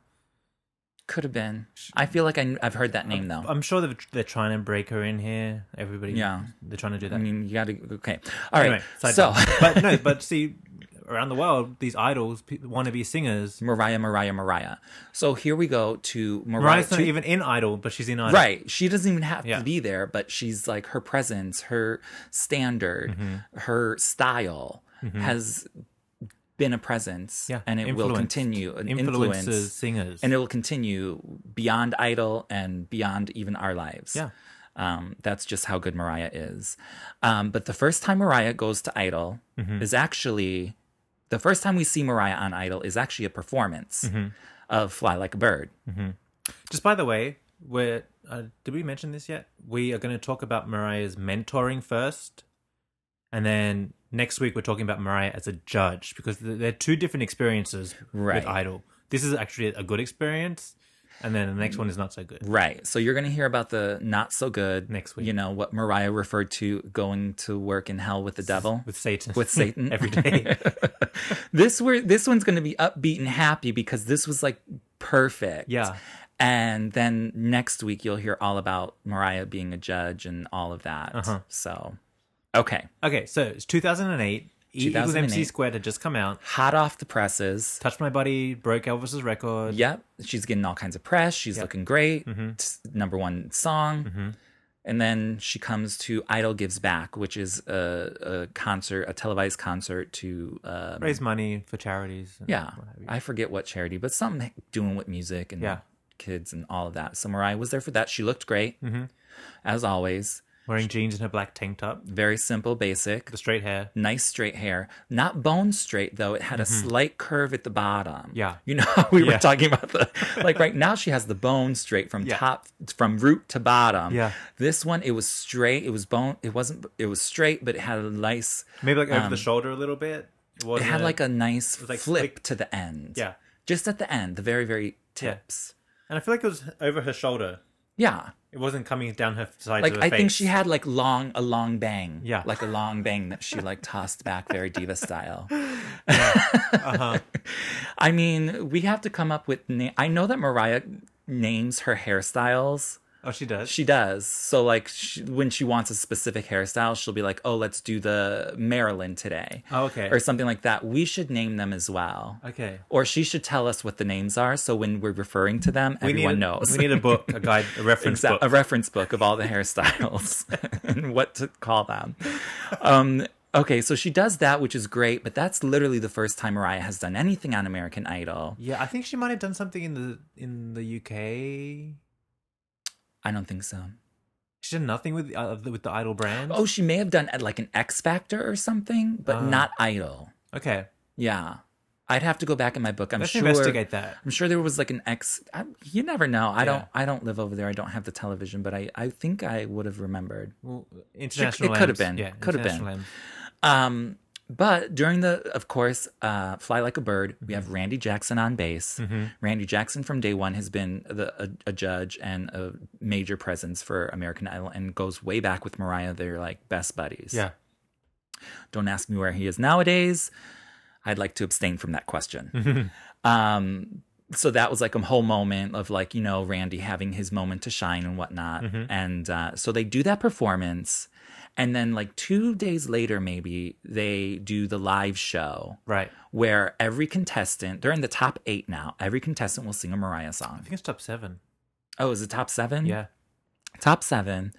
Speaker 1: could have been. I feel like I, have heard that name though.
Speaker 2: I'm sure they're, they're trying to break her in here. Everybody,
Speaker 1: Yeah.
Speaker 2: they're trying to do that.
Speaker 1: I mean, you got to okay. All right.
Speaker 2: Anyway, side
Speaker 1: so
Speaker 2: note. but no, but see, around the world, these idols pe- want to be singers.
Speaker 1: Mariah, Mariah, Mariah. So here we go to Mariah.
Speaker 2: Mariah's not
Speaker 1: to-
Speaker 2: even in Idol, but she's in Idol.
Speaker 1: Right. She doesn't even have
Speaker 2: Yeah.
Speaker 1: to be there, but she's like her presence, her standard,
Speaker 2: Mm-hmm.
Speaker 1: her style has been a presence
Speaker 2: Yeah.
Speaker 1: and it will
Speaker 2: Influenced-
Speaker 1: continue an
Speaker 2: Influences
Speaker 1: influence
Speaker 2: singers.
Speaker 1: and it will continue beyond idol and beyond even our lives.
Speaker 2: Yeah.
Speaker 1: Um, that's just how good Mariah is. Um, but the first time Mariah goes to Idol
Speaker 2: Mm-hmm.
Speaker 1: is actually the first time we see Mariah on Idol is actually a performance
Speaker 2: Mm-hmm.
Speaker 1: of Fly Like a Bird.
Speaker 2: Just by the way, we're, uh, did we mention this yet? We are going to talk about Mariah's mentoring first. And then next week, we're talking about Mariah as a judge because th- they're two different experiences
Speaker 1: Right.
Speaker 2: with Idol. This is actually a good experience. And then the next one is not so good.
Speaker 1: Right. So you're going to hear about the not so good
Speaker 2: Next week.
Speaker 1: You know what Mariah referred to going to work in hell with the devil.
Speaker 2: With Satan.
Speaker 1: With Satan.
Speaker 2: Every day.
Speaker 1: this were this one's going to be upbeat and happy because this was like perfect.
Speaker 2: Yeah.
Speaker 1: And then next week you'll hear all about Mariah being a judge and all of that.
Speaker 2: Uh-huh.
Speaker 1: So okay.
Speaker 2: Okay, so it's 2008. E equals MC
Speaker 1: 2008.
Speaker 2: squared had just come out.
Speaker 1: Hot off the presses.
Speaker 2: Touch My Body broke Elvis's record.
Speaker 1: Yep. She's getting all kinds of press. She's looking great.
Speaker 2: Mm-hmm.
Speaker 1: It's number one song. And then she comes to Idol Gives Back, which is a, a concert, a televised concert to, um,
Speaker 2: Raised money for charities. and
Speaker 1: yeah,
Speaker 2: what have you.
Speaker 1: I forget what charity, but something doing with music and
Speaker 2: Yeah.
Speaker 1: kids and all of that. So Mariah was there for that. She looked great,
Speaker 2: Mm-hmm.
Speaker 1: as always.
Speaker 2: Wearing jeans and her black tank top,
Speaker 1: Very simple, basic,
Speaker 2: the straight hair.
Speaker 1: nice straight hair. Not bone straight, though. It had a slight curve at the bottom.
Speaker 2: Mm-hmm. Yeah.
Speaker 1: You know, how we
Speaker 2: Yeah.
Speaker 1: were talking about the, like right now she has the bone straight from
Speaker 2: Yeah.
Speaker 1: top, from root to bottom.
Speaker 2: Yeah.
Speaker 1: This one, it was straight. It was bone. It wasn't, it was straight, but it had a nice,
Speaker 2: Maybe like over the shoulder a little bit.
Speaker 1: Um, it had like a nice
Speaker 2: like
Speaker 1: flip
Speaker 2: flick-
Speaker 1: to the end.
Speaker 2: Yeah.
Speaker 1: Just at the end, the very, very
Speaker 2: Yeah.
Speaker 1: tips.
Speaker 2: And I feel like it was over her shoulder.
Speaker 1: Yeah.
Speaker 2: It wasn't coming down her side
Speaker 1: Like
Speaker 2: of her
Speaker 1: I
Speaker 2: face.
Speaker 1: think she had like long a long bang.
Speaker 2: Yeah.
Speaker 1: Like a long bang that she like tossed back very diva style.
Speaker 2: Uh-huh.
Speaker 1: I mean, we have to come up with na- I know that Mariah names her hairstyles
Speaker 2: Oh, she does.
Speaker 1: She does. So like she, when she wants a specific hairstyle, she'll be like, "Oh, let's do the Maryland today."
Speaker 2: Oh, okay.
Speaker 1: Or something like that. We should name them as well.
Speaker 2: Okay.
Speaker 1: Or she should tell us what the names are so when we're referring to them,
Speaker 2: we
Speaker 1: everyone
Speaker 2: need,
Speaker 1: knows.
Speaker 2: We need a book, a guide, a reference
Speaker 1: Exact- a
Speaker 2: book.
Speaker 1: reference book of all the hairstyles and what to call them. Um, okay, so she does that, which is great, but that's literally the first time Mariah has done anything on American Idol.
Speaker 2: yeah, I think she might have done something in the in the UK.
Speaker 1: I don't think so.
Speaker 2: She did nothing with uh, with the Idol brand.
Speaker 1: Oh, she may have done uh, like an X Factor or something, but
Speaker 2: Ah.
Speaker 1: not Idol.
Speaker 2: okay.
Speaker 1: Yeah, I'd have to go back in my book. I'm
Speaker 2: Let's
Speaker 1: sure.
Speaker 2: investigate that.
Speaker 1: I'm sure there was like an X. I, you never know. I don't.
Speaker 2: Yeah.
Speaker 1: I don't live over there. I don't have the television, but I. I think I would have remembered.
Speaker 2: Well, international.
Speaker 1: it could have
Speaker 2: Lambs.
Speaker 1: been.
Speaker 2: Yeah,
Speaker 1: Could have been.
Speaker 2: international Lambs.
Speaker 1: Um, but during the, of course, uh, Fly Like a Bird, we have Randy Jackson on bass. Randy Jackson from day one has been the, a, a judge and a major presence for American Idol and goes way back with Mariah. They're like best buddies.
Speaker 2: Yeah.
Speaker 1: Don't ask me where he is nowadays. I'd like to abstain from that question. um, so that was like a whole moment of like, you know, Randy having his moment to shine and whatnot.
Speaker 2: Mm-hmm.
Speaker 1: And uh, so they do that performance. And then, like, two days later, maybe they do the live show
Speaker 2: Right. I
Speaker 1: where every contestant, they're in the top eight now, every contestant will sing a Mariah song.
Speaker 2: think it's top seven.
Speaker 1: Oh, is it top seven?
Speaker 2: Yeah.
Speaker 1: Top seven.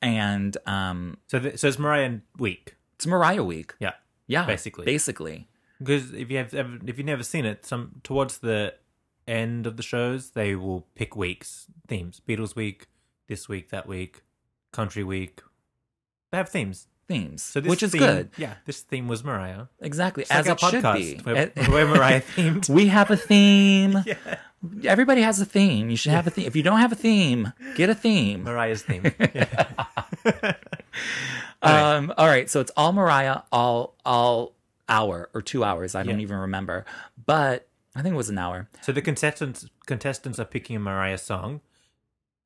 Speaker 1: And um,
Speaker 2: So th- so it's Mariah week.
Speaker 1: it's Mariah week.
Speaker 2: Yeah.
Speaker 1: Yeah.
Speaker 2: Basically.
Speaker 1: Basically.
Speaker 2: Because if you have ever, if you've never seen it, some towards the end of the shows they will pick weeks themes: Beatles week, this week, that week, country week. They have themes,
Speaker 1: Themes.
Speaker 2: so this
Speaker 1: which is
Speaker 2: theme-
Speaker 1: good.
Speaker 2: Yeah, this theme was Mariah.
Speaker 1: Exactly,
Speaker 2: It's
Speaker 1: as
Speaker 2: like
Speaker 1: it
Speaker 2: our
Speaker 1: should
Speaker 2: podcast,
Speaker 1: be.
Speaker 2: We're,
Speaker 1: It-
Speaker 2: we're Mariah themed.
Speaker 1: we have a theme. Everybody has a theme. You should have a theme. If you don't have a theme, get a theme.
Speaker 2: Mariah's theme. Yeah.
Speaker 1: Um, all right, so it's all Mariah, all all hour or two hours. I don't even remember, but I think it was an hour.
Speaker 2: So the contestants contestants are picking a Mariah song,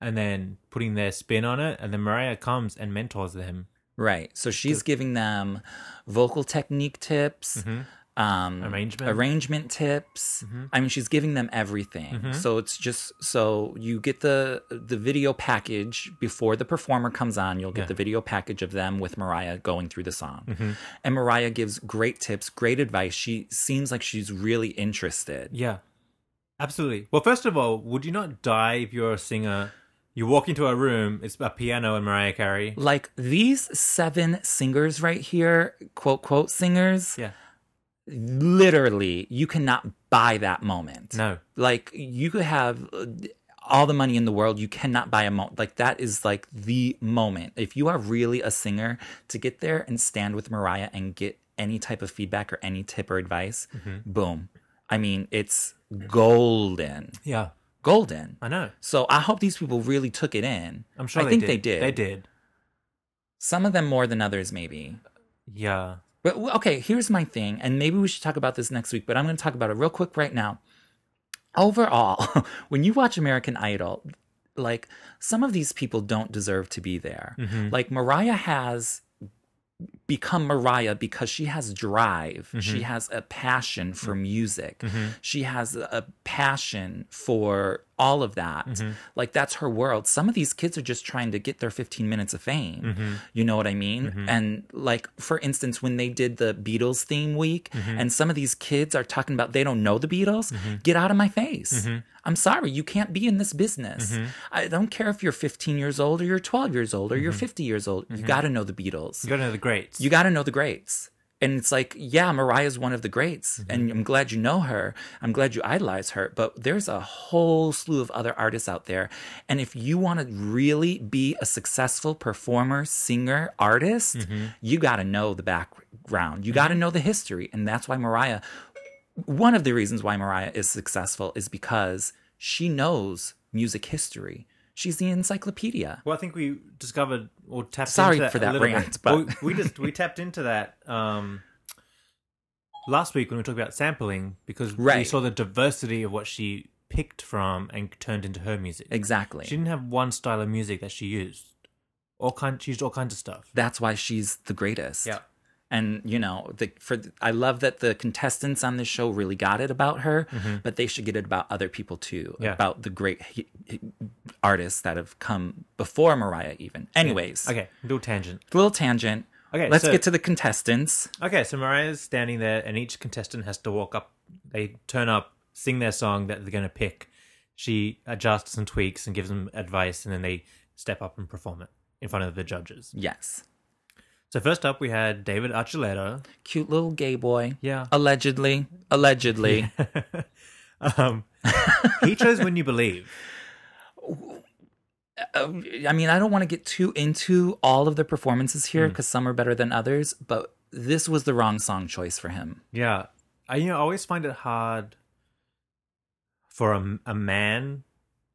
Speaker 2: and then putting their spin on it, and then Mariah comes and mentors them.
Speaker 1: Right. So she's giving them vocal technique tips, um,
Speaker 2: Mm-hmm. Arrangement. Mm-hmm.
Speaker 1: arrangement tips. I mean, she's giving them everything. So it's just so you get the the video package before the performer comes on. You'll get the video package of them with Mariah going through the song,
Speaker 2: Mm-hmm.
Speaker 1: and Mariah gives great tips, great advice. She seems like she's really interested.
Speaker 2: Yeah, absolutely. Well, first of all, would you not die if you're a singer? You walk into a room, it's a piano and Mariah Carey.
Speaker 1: Like these seven singers right here, quote quote singers.
Speaker 2: Yeah,
Speaker 1: literally you cannot buy that moment
Speaker 2: No.
Speaker 1: like you could have uh, all the money in the world you cannot buy a moment like that is like the moment if you are really a singer to get there and stand with mariah and get any type of feedback or any tip or advice
Speaker 2: Mm-hmm.
Speaker 1: boom i mean it's golden
Speaker 2: yeah,
Speaker 1: golden
Speaker 2: I know.
Speaker 1: so i hope these people really took it in
Speaker 2: I'm sure.
Speaker 1: i
Speaker 2: they
Speaker 1: think
Speaker 2: did.
Speaker 1: they did
Speaker 2: They did.
Speaker 1: some of them more than others maybe
Speaker 2: Yeah.
Speaker 1: but w- okay, here's my thing, and maybe we should talk about this next week, but I'm going to talk about it real quick right now. Overall, when you watch American Idol, like some of these people don't deserve to be there. Like Mariah has become Mariah because she has drive. She has a passion for music. She has a- a passion for all of that. Like that's her world. Some of these kids are just trying to get their 15 minutes of fame. You know what I mean? And like for instance when they did the Beatles theme week and some of these kids are talking about they don't know the Beatles, get out of my face. I'm sorry, you can't be in this business. I don't care if you're 15 years old or you're 12 years old or you're 50 years old. You got to know the Beatles
Speaker 2: You got to know the greats.
Speaker 1: you got to know the greats. And it's like, yeah, Mariah's one of the greats.
Speaker 2: Mm-hmm.
Speaker 1: And I'm glad you know her. I'm glad you idolize her. But there's a whole slew of other artists out there. And if you want to really be a successful performer, singer, artist,
Speaker 2: Mm-hmm.
Speaker 1: you got to know the background. You got to know the history. And that's why Mariah, one of the reasons why Mariah is successful is because she knows music history. She's the encyclopedia.
Speaker 2: Well, I think we discovered or tapped.
Speaker 1: Sorry
Speaker 2: into that
Speaker 1: for
Speaker 2: a
Speaker 1: that
Speaker 2: little bit.
Speaker 1: rant, but-
Speaker 2: Well, we just we tapped into that um, last week when we talked about sampling because we
Speaker 1: Right.
Speaker 2: saw the diversity of what she picked from and turned into her music.
Speaker 1: Exactly.
Speaker 2: She didn't have one style of music that she used. All kind, she used all kinds of stuff.
Speaker 1: that's why she's the greatest.
Speaker 2: Yeah.
Speaker 1: And you know, the for the, I love that the contestants on this show really got it about her, but they should get it about other people too,
Speaker 2: Mm-hmm. Yeah.
Speaker 1: about the great he, he- artists that have come before Mariah. Even, anyways,
Speaker 2: Okay, little tangent.
Speaker 1: little tangent.
Speaker 2: Okay,
Speaker 1: let's
Speaker 2: so-
Speaker 1: get to the contestants.
Speaker 2: Okay, so Mariah's standing there, and each contestant has to walk up. They turn up, sing their song that they're going to pick. She adjusts and tweaks and gives them advice, and then they step up and perform it in front of the judges.
Speaker 1: Yes,
Speaker 2: So first up, we had David Archuleta.
Speaker 1: cute little gay boy.
Speaker 2: Yeah.
Speaker 1: allegedly, allegedly.
Speaker 2: Um, he chose "When You Believe."
Speaker 1: Uh, I mean, I don't want to get too into all of the performances
Speaker 2: Mm.
Speaker 1: here because some are better than others, but this was the wrong song choice for him.
Speaker 2: Yeah, I you know I always find it hard for a, a man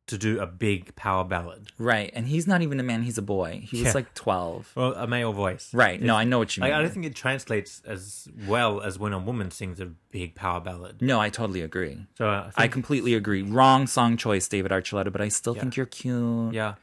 Speaker 2: to do a big power ballad.
Speaker 1: Right. And he's not even a man, he's a boy. He was
Speaker 2: Yeah.
Speaker 1: like 12.
Speaker 2: Well, a male voice.
Speaker 1: Right. No, I know what you mean.
Speaker 2: Like, I don't think it translates as well as when a woman sings a big power ballad.
Speaker 1: no, I totally agree.
Speaker 2: So uh, I,
Speaker 1: I
Speaker 2: think,
Speaker 1: completely agree. Wrong song choice, David Archuleta, but I still think you're cute.
Speaker 2: yeah,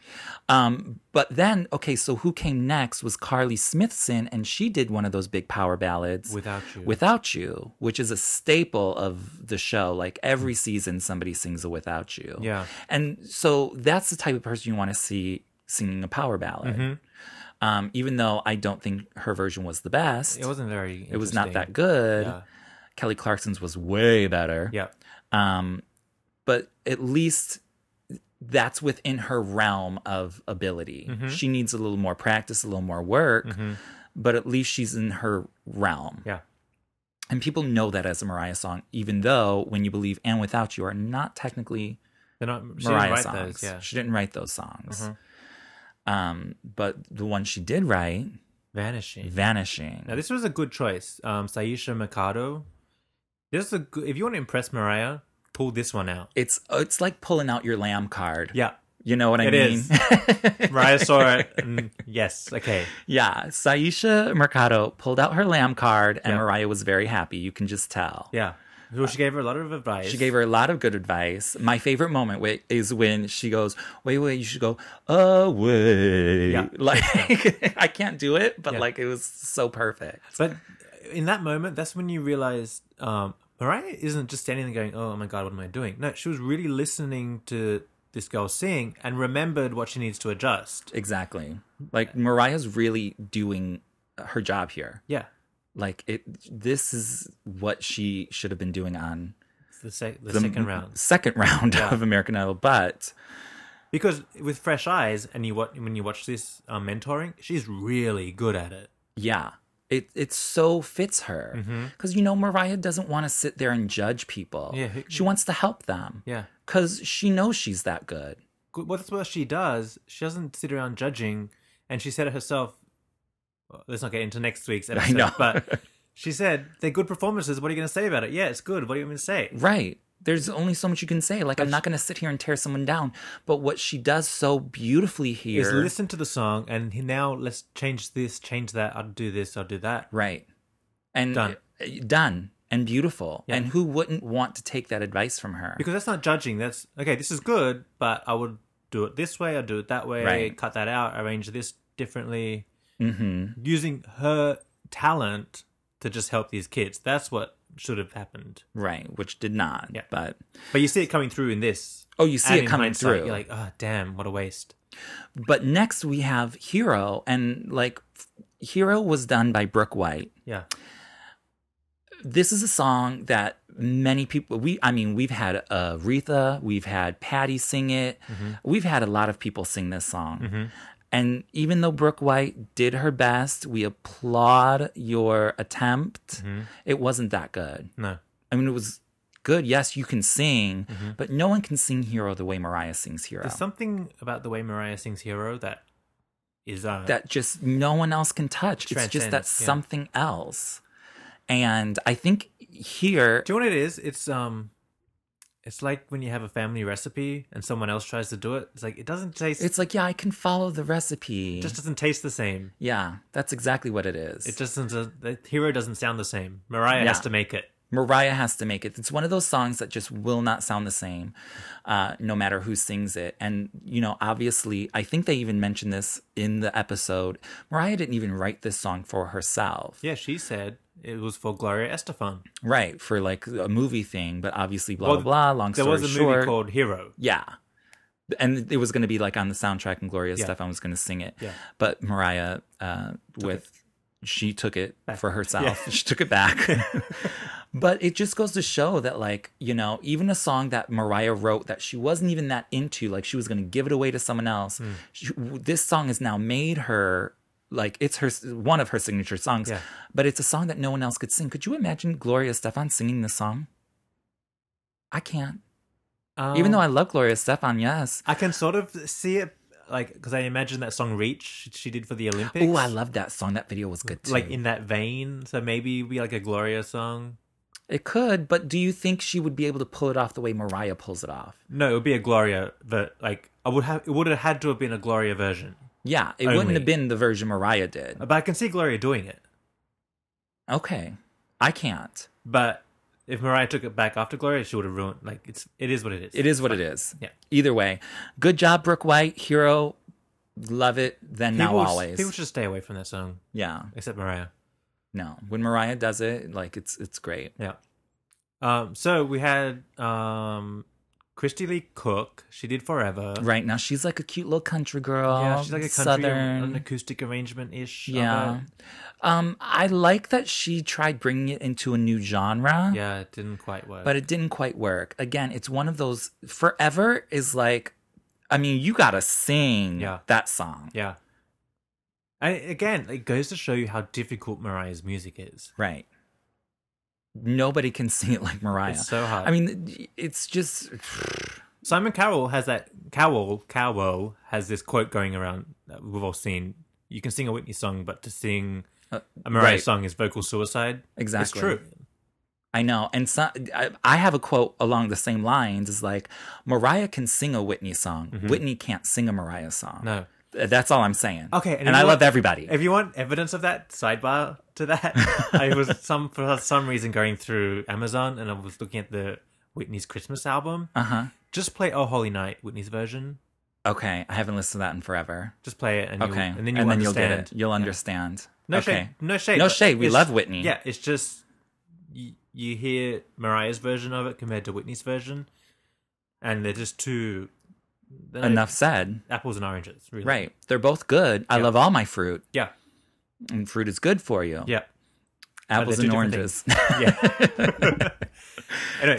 Speaker 1: Um, but then, okay, so who came next was Carly Smithson, and she did one of those big power ballads.
Speaker 2: Without You.
Speaker 1: Without You, which is a staple of the show. Like every season, somebody sings a Without You.
Speaker 2: Hmm. Yeah.
Speaker 1: And so that's the type of person you want to see singing a power ballad.
Speaker 2: Mm-hmm.
Speaker 1: Um, even though I don't think her version was the best,
Speaker 2: it wasn't very.
Speaker 1: it was not that
Speaker 2: interesting.
Speaker 1: good.
Speaker 2: Yeah.
Speaker 1: Kelly Clarkson's was way better.
Speaker 2: Yeah,
Speaker 1: Um, but at least that's within her realm of ability.
Speaker 2: Mm-hmm.
Speaker 1: She needs a little more practice, a little more work, but at least she's in her realm.
Speaker 2: yeah,
Speaker 1: And people know that as a Mariah song, even though When You Believe and Without You are not technically
Speaker 2: they're not. She didn't
Speaker 1: Mariah
Speaker 2: write
Speaker 1: songs.
Speaker 2: those. Yeah, Mm-hmm.
Speaker 1: She didn't write those songs. Um, but the one she did write,
Speaker 2: vanishing.
Speaker 1: Mm-hmm. Vanishing.
Speaker 2: Now this was a good choice, um, Saisha Mikado. This is a good. If you want to impress Mariah, pull this one out.
Speaker 1: it's it's like pulling out your lamb card.
Speaker 2: Yeah,
Speaker 1: You know what I
Speaker 2: It
Speaker 1: mean?
Speaker 2: is. Mariah saw it. and yes. Okay.
Speaker 1: Yeah, Saisha Mercado pulled out her lamb card, and
Speaker 2: Yeah.
Speaker 1: Mariah was very happy. You can just tell.
Speaker 2: Yeah. Well, she gave her a lot of advice.
Speaker 1: She gave her a lot of good advice. My favorite moment wi- is when she goes, "Wait, wait, you should go away."
Speaker 2: Yeah.
Speaker 1: Like I can't do it, but
Speaker 2: Yeah.
Speaker 1: like it was so perfect.
Speaker 2: But in that moment, that's when you realize um, Mariah isn't just standing there going, "Oh my god, what am I doing?" No, she was really listening to this girl sing and remembered what she needs to adjust.
Speaker 1: Exactly. Like Mariah's really doing her job here.
Speaker 2: Yeah,
Speaker 1: Like it. This is what she should have been doing on
Speaker 2: it's the, sec- the, second round
Speaker 1: Second round of American Idol, but.
Speaker 2: because with fresh eyes and you wa- when you watch this um, mentoring, she's really good at it.
Speaker 1: Yeah. It it so fits her.
Speaker 2: Mm-hmm.
Speaker 1: Cuz you know Mariah doesn't want to sit there and judge people.
Speaker 2: Yeah, who-
Speaker 1: She wants to help them.
Speaker 2: Yeah.
Speaker 1: Cuz she knows she's that good.
Speaker 2: Good- Well, that's what she does. She doesn't sit around judging, and she said it herself. well, let's not get into next week's episode,
Speaker 1: know.
Speaker 2: but she said they're good performances. What are you going to say about it? Yeah, it's good. What are you going to say?
Speaker 1: Right. There's only so much you can say. Like I'm not going to sit here and tear someone down, but what she does so beautifully here
Speaker 2: is listen to the song and he- now let's change this, change that. I'll do this, I'll do that.
Speaker 1: Right. And
Speaker 2: Done.
Speaker 1: uh, done and beautiful.
Speaker 2: Yeah.
Speaker 1: And who wouldn't want to take that advice from her?
Speaker 2: Because that's not judging. That's okay. This is good, but I would do it this way. I'll do it that way.
Speaker 1: Right.
Speaker 2: Cut that out. Arrange this differently. Mm-hmm. Using her talent to just help these kids. That's what should have happened.
Speaker 1: right, which did not.
Speaker 2: Yeah.
Speaker 1: But
Speaker 2: But you see it coming through in this.
Speaker 1: Oh, you see
Speaker 2: And
Speaker 1: it
Speaker 2: in
Speaker 1: coming
Speaker 2: hindsight,
Speaker 1: through.
Speaker 2: You're like, oh, damn, what a waste.
Speaker 1: but next we have Hero and like Hero was done by Brooke White.
Speaker 2: Yeah.
Speaker 1: this is a song that many people we i mean we've had uh, aretha we've had patty sing it we've had a lot of people sing this song and even though brooke white did her best we applaud your attempt it wasn't that good
Speaker 2: No.
Speaker 1: i mean it was good yes you can sing but no one can sing hero the way mariah sings hero
Speaker 2: There's something about the way Mariah sings Hero that is uh,
Speaker 1: that just no one else can touch it's just that
Speaker 2: Transcends, yeah.
Speaker 1: something else and i think here
Speaker 2: Do you know what it is? It's um, it's like when you have a family recipe and someone else tries to do it. It's like it doesn't taste. It
Speaker 1: It's like, yeah, I can follow the recipe.
Speaker 2: just doesn't taste the same.
Speaker 1: yeah, that's exactly what it is.
Speaker 2: It just doesn't. The hero doesn't sound the same. Mariah
Speaker 1: Yeah.
Speaker 2: has to make it.
Speaker 1: Mariah has to make it. It's one of those songs that just will not sound the same, uh, no matter who sings it. And, you know, obviously, I think they even mentioned this in the episode. Mariah didn't even write this song for herself.
Speaker 2: Yeah, she said it was for Gloria Estefan.
Speaker 1: Right, for like a movie thing, but obviously, blah,
Speaker 2: Well,
Speaker 1: blah, blah. Long
Speaker 2: There
Speaker 1: story
Speaker 2: was a
Speaker 1: short.
Speaker 2: movie called Hero.
Speaker 1: Yeah. And it was going to be like on the soundtrack, and Gloria
Speaker 2: Yeah.
Speaker 1: Stefan was going to sing it.
Speaker 2: Yeah.
Speaker 1: But Mariah, uh, with she took it for herself.
Speaker 2: Yeah.
Speaker 1: She took it back. but it just goes to show that, like, you know, even a song that Mariah wrote that she wasn't even that into, like, she was going to give it away to someone else.
Speaker 2: Hmm.
Speaker 1: She, w- this song has now made her. Like it's her one of her signature songs,
Speaker 2: Yeah.
Speaker 1: but it's a song that no one else could sing. Could you imagine Gloria Stefan singing this song? I can't. Even
Speaker 2: Um,
Speaker 1: though I love Gloria Stefan, yes.
Speaker 2: I can sort of see it, like, because I imagine that song Reach she did for the Olympics.
Speaker 1: Oh, I love that song. That video was good too.
Speaker 2: Like in that vein, so maybe be like a Gloria song.
Speaker 1: it could, but do you think she would be able to pull it off the way Mariah pulls it off?
Speaker 2: No, it would be a Gloria, but like I would have, it would have had to have been a Gloria version.
Speaker 1: Yeah, it
Speaker 2: Only.
Speaker 1: wouldn't have been the version Mariah did.
Speaker 2: But I can see Gloria doing it.
Speaker 1: Okay, I can't.
Speaker 2: But if Mariah took it back after Gloria, she would have ruined. Like it's, it is what it is.
Speaker 1: It is what it is.
Speaker 2: Yeah.
Speaker 1: Either way, good job, Brooke White. Hero, love it. Then
Speaker 2: People,
Speaker 1: now
Speaker 2: s-
Speaker 1: always.
Speaker 2: People should stay away from that song,
Speaker 1: yeah.
Speaker 2: except Mariah.
Speaker 1: No, when Mariah does it, like it's it's great.
Speaker 2: Yeah. Um. So we had um, Christy Lee Cook. She did Forever.
Speaker 1: Right now, she's like a cute little country girl.
Speaker 2: Yeah, she's like a country,
Speaker 1: southern.
Speaker 2: an acoustic arrangement ish.
Speaker 1: yeah. Um, I like that she tried bringing it into a new genre.
Speaker 2: Yeah, it didn't quite work.
Speaker 1: but it didn't quite work. Again, it's one of those forever is like, I mean, you gotta sing
Speaker 2: Yeah.
Speaker 1: that song,
Speaker 2: yeah. And again, it goes to show you how difficult Mariah's music is.
Speaker 1: right? Nobody can sing it like Mariah.
Speaker 2: It's so hard.
Speaker 1: I mean, it's just
Speaker 2: Simon Cowell has that Cowell Cowell has this quote going around that we've all seen. You can sing a Whitney song, but to sing a Mariah
Speaker 1: right.
Speaker 2: song is vocal suicide.
Speaker 1: Exactly.
Speaker 2: it's true.
Speaker 1: I know, and so, I, I have a quote along the same lines. Is like Mariah can sing a Whitney song. Whitney can't sing a Mariah song.
Speaker 2: Mm-hmm. No.
Speaker 1: Th- that's all I'm saying.
Speaker 2: Okay,
Speaker 1: and,
Speaker 2: if
Speaker 1: I
Speaker 2: you
Speaker 1: love
Speaker 2: want-
Speaker 1: everybody.
Speaker 2: If you want evidence of that, sidebar to that, I was some for some reason going through Amazon and I was looking at the Whitney's Christmas album.
Speaker 1: uh huh.
Speaker 2: Just play "Oh Holy Night" Whitney's version.
Speaker 1: Okay, I haven't listened to that in forever.
Speaker 2: Just play it, and
Speaker 1: Okay,
Speaker 2: you, and then you
Speaker 1: will
Speaker 2: understand.
Speaker 1: get it. You'll understand.
Speaker 2: No
Speaker 1: okay.
Speaker 2: shade. No shade.
Speaker 1: No
Speaker 2: but
Speaker 1: shade. We
Speaker 2: it's-
Speaker 1: love Whitney.
Speaker 2: Yeah, it's just you, you hear Mariah's version of it compared to Whitney's version, and they're just two they're not
Speaker 1: Enough said.
Speaker 2: even apples and oranges, really.
Speaker 1: Right. They're both good. I love all my fruit,
Speaker 2: Yeah.
Speaker 1: and fruit is good for you.
Speaker 2: Yeah.
Speaker 1: Apples
Speaker 2: they're
Speaker 1: and
Speaker 2: two different
Speaker 1: oranges.
Speaker 2: Anyway,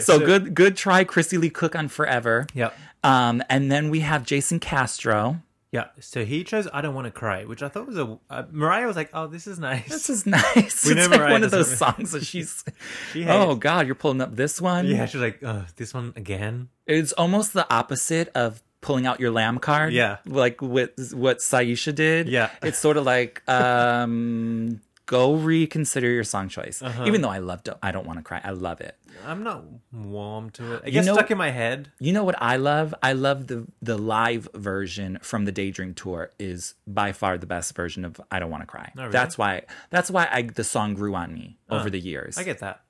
Speaker 1: so good. Good try, Chrissy Lee Cook on Forever.
Speaker 2: Yeah.
Speaker 1: Um, and then we have Jason Castro.
Speaker 2: Yeah. So he chose "I Don't Want to Cry," which I thought was a uh, Mariah was like, "Oh, this is nice."
Speaker 1: This is nice.
Speaker 2: We
Speaker 1: it's
Speaker 2: know
Speaker 1: like
Speaker 2: Mariah
Speaker 1: one of those
Speaker 2: doesn't
Speaker 1: songs that she's.
Speaker 2: She hates-
Speaker 1: oh God, you're pulling up this one.
Speaker 2: yeah, she's like, "Oh, this one again."
Speaker 1: It's almost the opposite of pulling out your lamb card.
Speaker 2: Yeah.
Speaker 1: Like what what Saisha did.
Speaker 2: Yeah.
Speaker 1: It's sort of like um go reconsider your song choice.
Speaker 2: Uh-huh.
Speaker 1: Even though I loved it, I don't want to cry. I love it.
Speaker 2: I'm not warm to it. It
Speaker 1: You
Speaker 2: gets
Speaker 1: know-
Speaker 2: stuck in my head.
Speaker 1: You know what I love? I love the the live version from the Daydream tour is by far the best version of I don't want to cry.
Speaker 2: Oh, really? Oh,
Speaker 1: That's why that's why I the song grew on me over the years.
Speaker 2: I get that.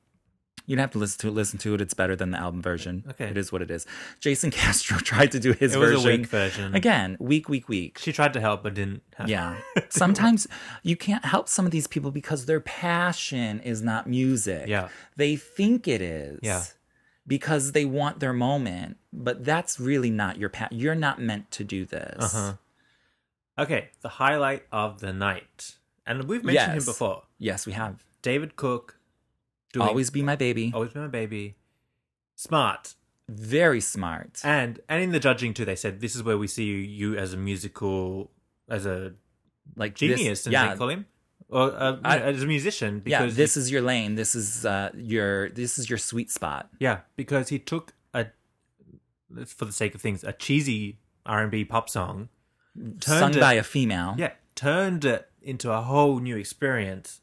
Speaker 1: You'd have to listen to it. Listen to it. It's better than the album version.
Speaker 2: Okay.
Speaker 1: it is what it is. Jason Castro tried to do his
Speaker 2: It was a
Speaker 1: version.
Speaker 2: weak version.
Speaker 1: Again, weak, weak, weak.
Speaker 2: She tried to help but didn't. Have
Speaker 1: Yeah. Sometimes you can't help some of these people because their passion is not music.
Speaker 2: Yeah.
Speaker 1: They think it is.
Speaker 2: Yeah.
Speaker 1: Because they want their moment, but that's really not your path. You're not meant to do this.
Speaker 2: Uh-huh. Okay, the highlight of the night, and we've mentioned
Speaker 1: Yes.
Speaker 2: him before.
Speaker 1: Yes, we have.
Speaker 2: David Cook, doing Oh.
Speaker 1: Always be my baby.
Speaker 2: always been my baby, smart,
Speaker 1: Very smart.
Speaker 2: and and in the judging too, they said this is where we see you, you as a musical, as a
Speaker 1: Like this-
Speaker 2: genius, did
Speaker 1: yeah.
Speaker 2: they call him, or uh,
Speaker 1: I-
Speaker 2: as a musician
Speaker 1: Yeah.
Speaker 2: because
Speaker 1: This is your lane. This is uh, your. This is your sweet spot.
Speaker 2: Yeah, because he took a, for the sake of things, a cheesy R and B pop song,
Speaker 1: sung
Speaker 2: it,
Speaker 1: by a female.
Speaker 2: yeah, turned it into a whole new experience.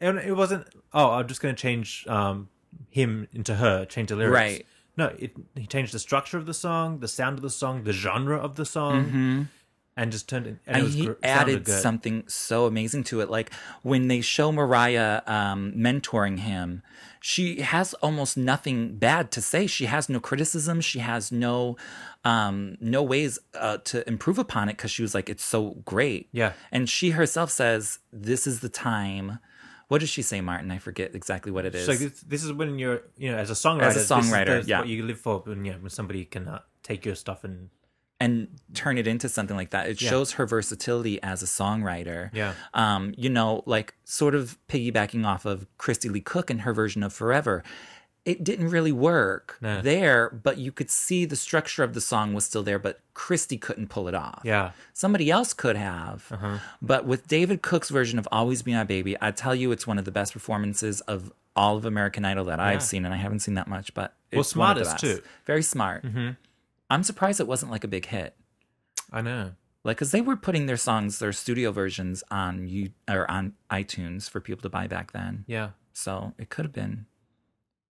Speaker 2: And it wasn't. Oh, I'm just going to change um him into her, change the lyrics.
Speaker 1: Right.
Speaker 2: No, it, he changed the structure of the song, the sound of the song, the genre of the song. and just turned it. And, it
Speaker 1: Mm-hmm. And
Speaker 2: was
Speaker 1: he
Speaker 2: gr- sounded
Speaker 1: added
Speaker 2: good.
Speaker 1: something so amazing to it. Like when they show Mariah um, mentoring him, she has almost nothing bad to say. She has no criticism. She has no um, no ways uh, to improve upon it because she was like, "It's so great."
Speaker 2: Yeah.
Speaker 1: and she herself says, "This is the time." What does she say, Martin? I forget exactly what it is.
Speaker 2: So this, this is when you're, you know, as a songwriter, this is
Speaker 1: songwriter,
Speaker 2: the-
Speaker 1: yeah.
Speaker 2: what you live for. When, yeah, when somebody can uh, take your stuff and
Speaker 1: and turn it into something like that. It shows her versatility as a songwriter.
Speaker 2: Yeah.
Speaker 1: Um, you know, like sort of piggybacking off of Christy Lee Cook and her version of Forever. It didn't really work
Speaker 2: No.
Speaker 1: there, but you could see the structure of the song was still there, but Christy couldn't pull it off.
Speaker 2: yeah,
Speaker 1: Somebody else could have.
Speaker 2: Uh-huh.
Speaker 1: But with David Cook's version of Always Be My Baby, I tell you, it's one of the best performances of all of American Idol that I've seen. And I haven't seen that much, but it's
Speaker 2: Well,
Speaker 1: one of the
Speaker 2: smartest,
Speaker 1: best.
Speaker 2: too. Mm-hmm.
Speaker 1: Very smart. I'm surprised it wasn't like a big hit.
Speaker 2: I know.
Speaker 1: Like, because they were putting their songs, their studio versions on you or on iTunes for people to buy back then.
Speaker 2: Yeah,
Speaker 1: So it could have been.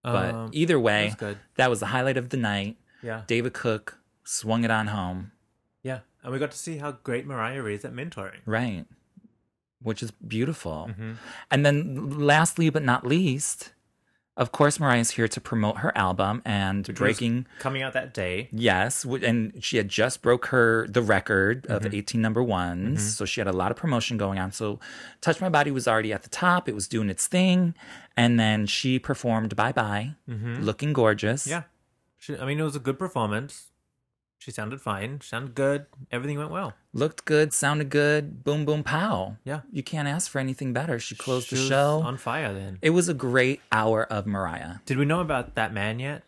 Speaker 1: But
Speaker 2: Um,
Speaker 1: either way,
Speaker 2: that's good.
Speaker 1: that was the highlight of the night.
Speaker 2: yeah,
Speaker 1: David Cook swung it on home.
Speaker 2: yeah, and we got to see how great Mariah is at mentoring.
Speaker 1: Right. Which is beautiful. And then, lastly but not least, of course, Mariah's here to promote her album and
Speaker 2: Which was
Speaker 1: breaking.
Speaker 2: coming out that day.
Speaker 1: Yes, w- and she had just broke her the record of 18 number ones, so she had a lot of promotion going on. So Touch My Body was already at the top, it was doing its thing, and then she performed Bye Bye, looking gorgeous.
Speaker 2: Yeah, she, I mean, it was a good performance. She sounded fine. She sounded good. Everything went well.
Speaker 1: Looked good, sounded good, boom boom pow.
Speaker 2: Yeah.
Speaker 1: You can't ask for anything better. She closed
Speaker 2: She
Speaker 1: the
Speaker 2: was
Speaker 1: show.
Speaker 2: on fire. Then
Speaker 1: it was a great hour of Mariah.
Speaker 2: did we know about that man yet?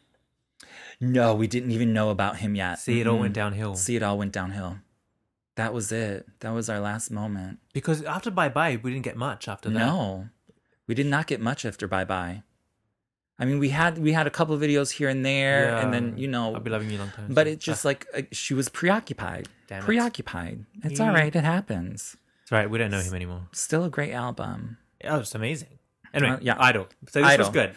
Speaker 1: No, we didn't even know about him yet.
Speaker 2: See, it all went
Speaker 1: Mm-mm.
Speaker 2: downhill.
Speaker 1: See it all went downhill. That was it. That was our last moment.
Speaker 2: because after Bye Bye, we didn't get much after that.
Speaker 1: No, we did not get much after Bye Bye. I mean, we had we had a couple videos here and there, and
Speaker 2: Yeah.
Speaker 1: then you know,
Speaker 2: I'll be loving you long time.
Speaker 1: but it just like uh, she was preoccupied.
Speaker 2: Damn it. Mm.
Speaker 1: preoccupied. It's all right. It happens.
Speaker 2: That's right. We don't know him anymore.
Speaker 1: Still a great album.
Speaker 2: Oh, it's amazing. Anyway,
Speaker 1: Uh, yeah.
Speaker 2: Idol. So this
Speaker 1: Idol.
Speaker 2: was good.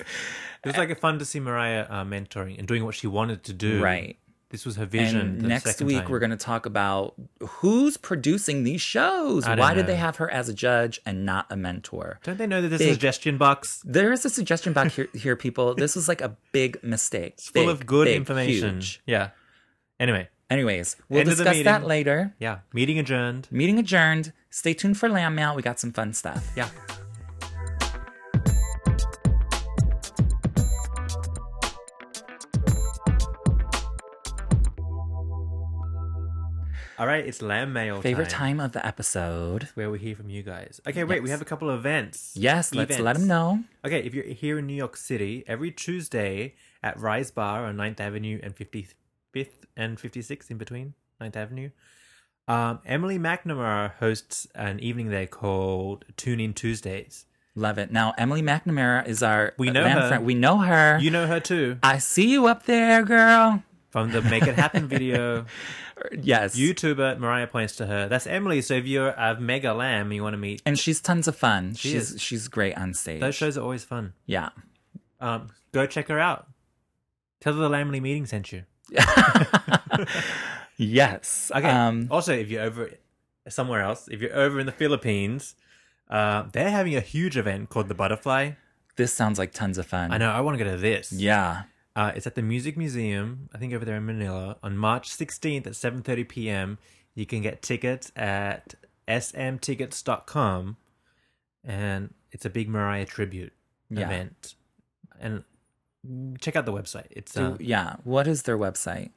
Speaker 2: it was like fun to see Mariah uh, mentoring and doing what she wanted to do.
Speaker 1: Right.
Speaker 2: This was her vision.
Speaker 1: and
Speaker 2: the
Speaker 1: next
Speaker 2: second
Speaker 1: week
Speaker 2: time.
Speaker 1: we're going to talk about who's producing these shows.
Speaker 2: I don't
Speaker 1: Why did
Speaker 2: know.
Speaker 1: they have her as a judge and not a mentor?
Speaker 2: Don't they know that there's a
Speaker 1: Big-
Speaker 2: suggestion box?
Speaker 1: There is a suggestion back here, here, people. This was like a big mistake.
Speaker 2: It's full of
Speaker 1: Big,
Speaker 2: good
Speaker 1: big,
Speaker 2: information.
Speaker 1: huge.
Speaker 2: Yeah. Anyway,
Speaker 1: Anyways, we'll
Speaker 2: End of the
Speaker 1: discuss that
Speaker 2: meeting.
Speaker 1: later.
Speaker 2: yeah. Meeting adjourned.
Speaker 1: Meeting adjourned. Stay tuned for Lamb Mail. We got some fun stuff.
Speaker 2: Yeah. All right, it's lamb mail.
Speaker 1: Favorite time of the episode.
Speaker 2: where we hear from you guys. Okay, wait, we
Speaker 1: Yes.
Speaker 2: have a couple of events.
Speaker 1: Yes, let's let
Speaker 2: Events.
Speaker 1: them know.
Speaker 2: Okay, if you're here in New York City, every Tuesday at Rise Bar on 9th Avenue and 55th and 56th in between, 9th Avenue, um, Emily McNamara hosts an evening there called Tune In Tuesdays.
Speaker 1: Love it. Now, Emily McNamara is our
Speaker 2: We know
Speaker 1: Lamb
Speaker 2: her.
Speaker 1: friend. We know her.
Speaker 2: You know her too
Speaker 1: I see you up there, girl.
Speaker 2: from the Make It Happen video.
Speaker 1: Yes.
Speaker 2: YouTuber Mariah points to her. That's Emily. So if you're a mega lamb, you want to meet.
Speaker 1: and she's tons of fun. she's
Speaker 2: is.
Speaker 1: she's great on stage.
Speaker 2: Those shows are always fun.
Speaker 1: yeah.
Speaker 2: Um, go check her out. Tell her the Lamely meeting sent you.
Speaker 1: Yes.
Speaker 2: Okay.
Speaker 1: Um,
Speaker 2: also, if you're over somewhere else, if you're over in the Philippines, uh, they're having a huge event called the Butterfly.
Speaker 1: this sounds like tons of fun.
Speaker 2: I know. I want to go to this.
Speaker 1: Yeah.
Speaker 2: Uh, it's at the Music Museum. I think over there in Manila on March 16th at 7:30 p.m. You can get tickets at smtickets.com, and it's a big Mariah tribute
Speaker 1: Yeah.
Speaker 2: event. And check out the website. It's uh,
Speaker 1: Do- yeah. What is their website?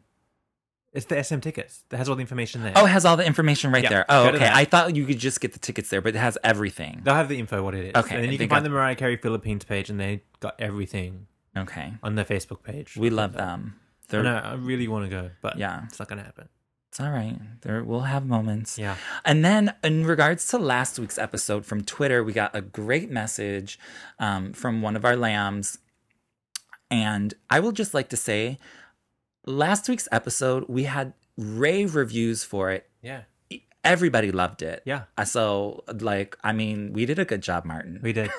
Speaker 2: it's the SM Tickets that has all the information there.
Speaker 1: Oh, it has all the information right
Speaker 2: Yeah,
Speaker 1: there. Oh,
Speaker 2: go to
Speaker 1: okay.
Speaker 2: that.
Speaker 1: I thought you could just get the tickets there, but it has everything.
Speaker 2: They'll have the info what it is.
Speaker 1: Okay,
Speaker 2: And then
Speaker 1: and
Speaker 2: you
Speaker 1: they
Speaker 2: can find
Speaker 1: got-
Speaker 2: the Mariah Carey Philippines page and they got everything
Speaker 1: Okay.
Speaker 2: on their Facebook page.
Speaker 1: We love them. They're,
Speaker 2: I know, I really want to go, but
Speaker 1: Yeah.
Speaker 2: yeah. it's not going to happen.
Speaker 1: It's all right. There we'll have moments.
Speaker 2: Yeah.
Speaker 1: And then in regards to last week's episode from Twitter, we got a great message um, from one of our lambs. And I will just like to say last week's episode, we had rave reviews for it.
Speaker 2: Yeah.
Speaker 1: Everybody loved it.
Speaker 2: Yeah.
Speaker 1: Uh, So like, I mean, we did a good job, Martin.
Speaker 2: We did.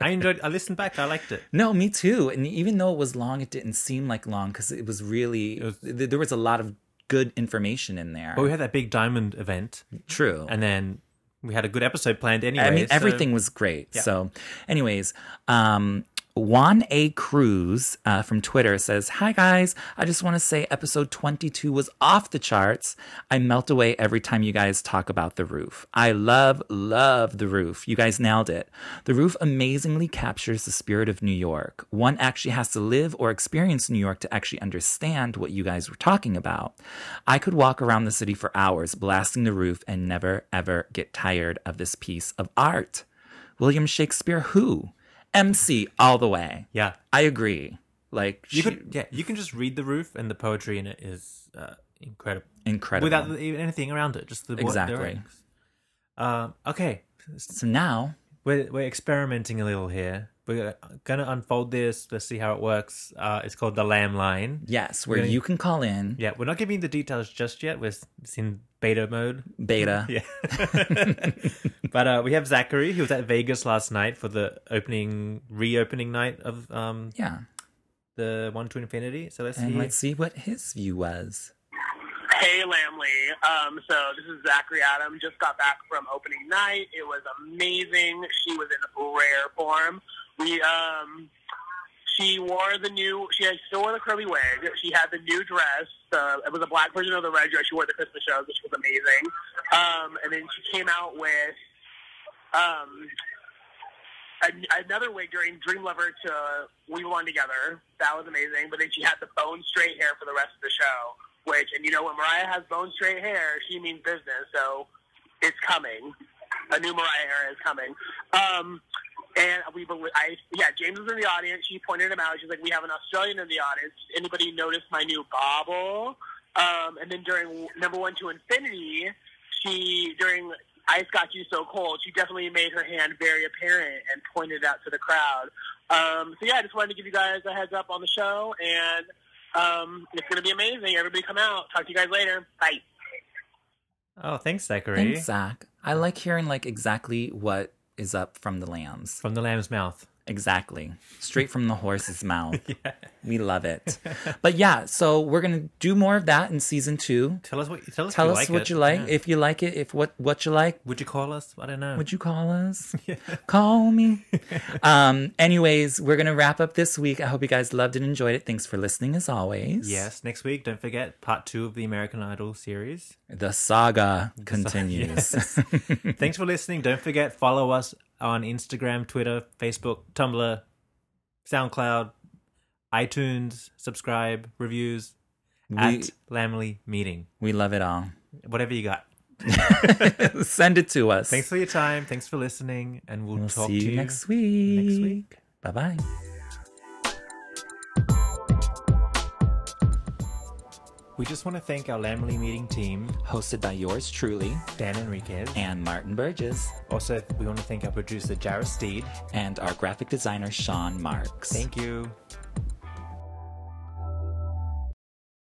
Speaker 2: I enjoyed I listened back. I liked it.
Speaker 1: No, me too. And even though it was long, it didn't seem like long because it was really
Speaker 2: was-
Speaker 1: th- there was a lot of good information in there.
Speaker 2: But we had that big diamond event,
Speaker 1: True.
Speaker 2: and then we had a good episode planned anyway.
Speaker 1: I mean,
Speaker 2: so-
Speaker 1: everything was great. So, anyways, um, Juan A. Cruz uh, from Twitter says, Hi guys, I just want to say episode 22 was off the charts. I melt away every time you guys talk about the roof. I love, love the roof. You guys nailed it. The roof amazingly captures the spirit of New York. One actually has to live or experience New York to actually understand what you guys were talking about. I could walk around the city for hours blasting the roof and never, ever get tired of this piece of art. William Shakespeare, who? MC all the way.
Speaker 2: Yeah.
Speaker 1: I agree. Like, she-
Speaker 2: You could, yeah, you can just read the roof, and the poetry in it is uh, incredible.
Speaker 1: incredible.
Speaker 2: Without the- even anything around it, just the what
Speaker 1: Exactly.
Speaker 2: there is. Uh, okay,
Speaker 1: so now,
Speaker 2: we're we're experimenting a little here. We're gonna unfold this. Let's see how it works. Uh, it's called the Lamb Line.
Speaker 1: yes, where
Speaker 2: Really?
Speaker 1: you can call in
Speaker 2: Yeah, we're not giving the details just yet. We're s- it's in beta mode.
Speaker 1: beta.
Speaker 2: Yeah. but uh, we have Zachary. He was at Vegas last night for the opening, reopening night of um,
Speaker 1: Yeah.
Speaker 2: the One to Infinity. So let's
Speaker 1: And
Speaker 2: see.
Speaker 1: let's see what his view was.
Speaker 5: Hey, Lamley. Um, so this is Zachary Adam. Just got back from opening night. It was amazing. She was in rare form. We um, she wore the new. She had still wore the curly wig. She had the new dress. Uh, it was a black version of the red dress she wore at the Christmas show, which was amazing. Um, and then she came out with um, an- another wig during Dream Lover to We Belong Together. That was amazing. But then she had the bone straight hair for the rest of the show. Which, and you know, when Mariah has bone straight hair, she means business. So it's coming. A new Mariah era is coming. Um, and we, bel- I, yeah, James was in the audience. She pointed him out. She's like, "We have an Australian in the audience. Anybody notice my new bobble?" Um, and then during number one to infinity, she during Ice Got You So Cold, she definitely made her hand very apparent and pointed out to the crowd. Um, so yeah, I just wanted to give you guys a heads up on the show, and um, it's going to be amazing. Everybody come out. Talk to you guys later. Bye.
Speaker 2: Oh, thanks, Zachary.
Speaker 1: Thanks, Zach. I like hearing like exactly what is up from the lambs.
Speaker 2: From the lamb's mouth.
Speaker 1: Exactly. Straight from the horse's mouth. We love it. But yeah, so we're going to do more of that in season 2.
Speaker 2: Tell us what. Tell us.
Speaker 1: Tell
Speaker 2: if
Speaker 1: us
Speaker 2: like
Speaker 1: what
Speaker 2: it.
Speaker 1: you like,
Speaker 2: Yeah.
Speaker 1: if you like it, if what what you like,
Speaker 2: Would you call us? I don't know.
Speaker 1: would you call us? Call me. um anyways, we're going to wrap up this week. I hope you guys loved and enjoyed it. Thanks for listening as always.
Speaker 2: Yes. Next week, don't forget part two of the American Idol series.
Speaker 1: The saga continues.
Speaker 2: Thanks for listening. Don't forget follow us on Instagram, Twitter, Facebook, Tumblr, SoundCloud, iTunes. Subscribe, reviews at Lamley Meeting.
Speaker 1: we love it all.
Speaker 2: Whatever you got.
Speaker 1: Send it to us.
Speaker 2: Thanks for your time. Thanks for listening, and we'll,
Speaker 1: We'll
Speaker 2: talk
Speaker 1: see
Speaker 2: to
Speaker 1: you
Speaker 2: you
Speaker 1: next week.
Speaker 2: Next week.
Speaker 1: Bye-bye.
Speaker 2: We just want to thank our Lamley Meeting team,
Speaker 1: Hosted by yours truly
Speaker 2: Dan Enriquez.
Speaker 1: and Martin Burgess.
Speaker 2: Also, we want to thank our producer, Jarrah Steed.
Speaker 1: and our graphic designer, Sean Marks.
Speaker 2: Thank you.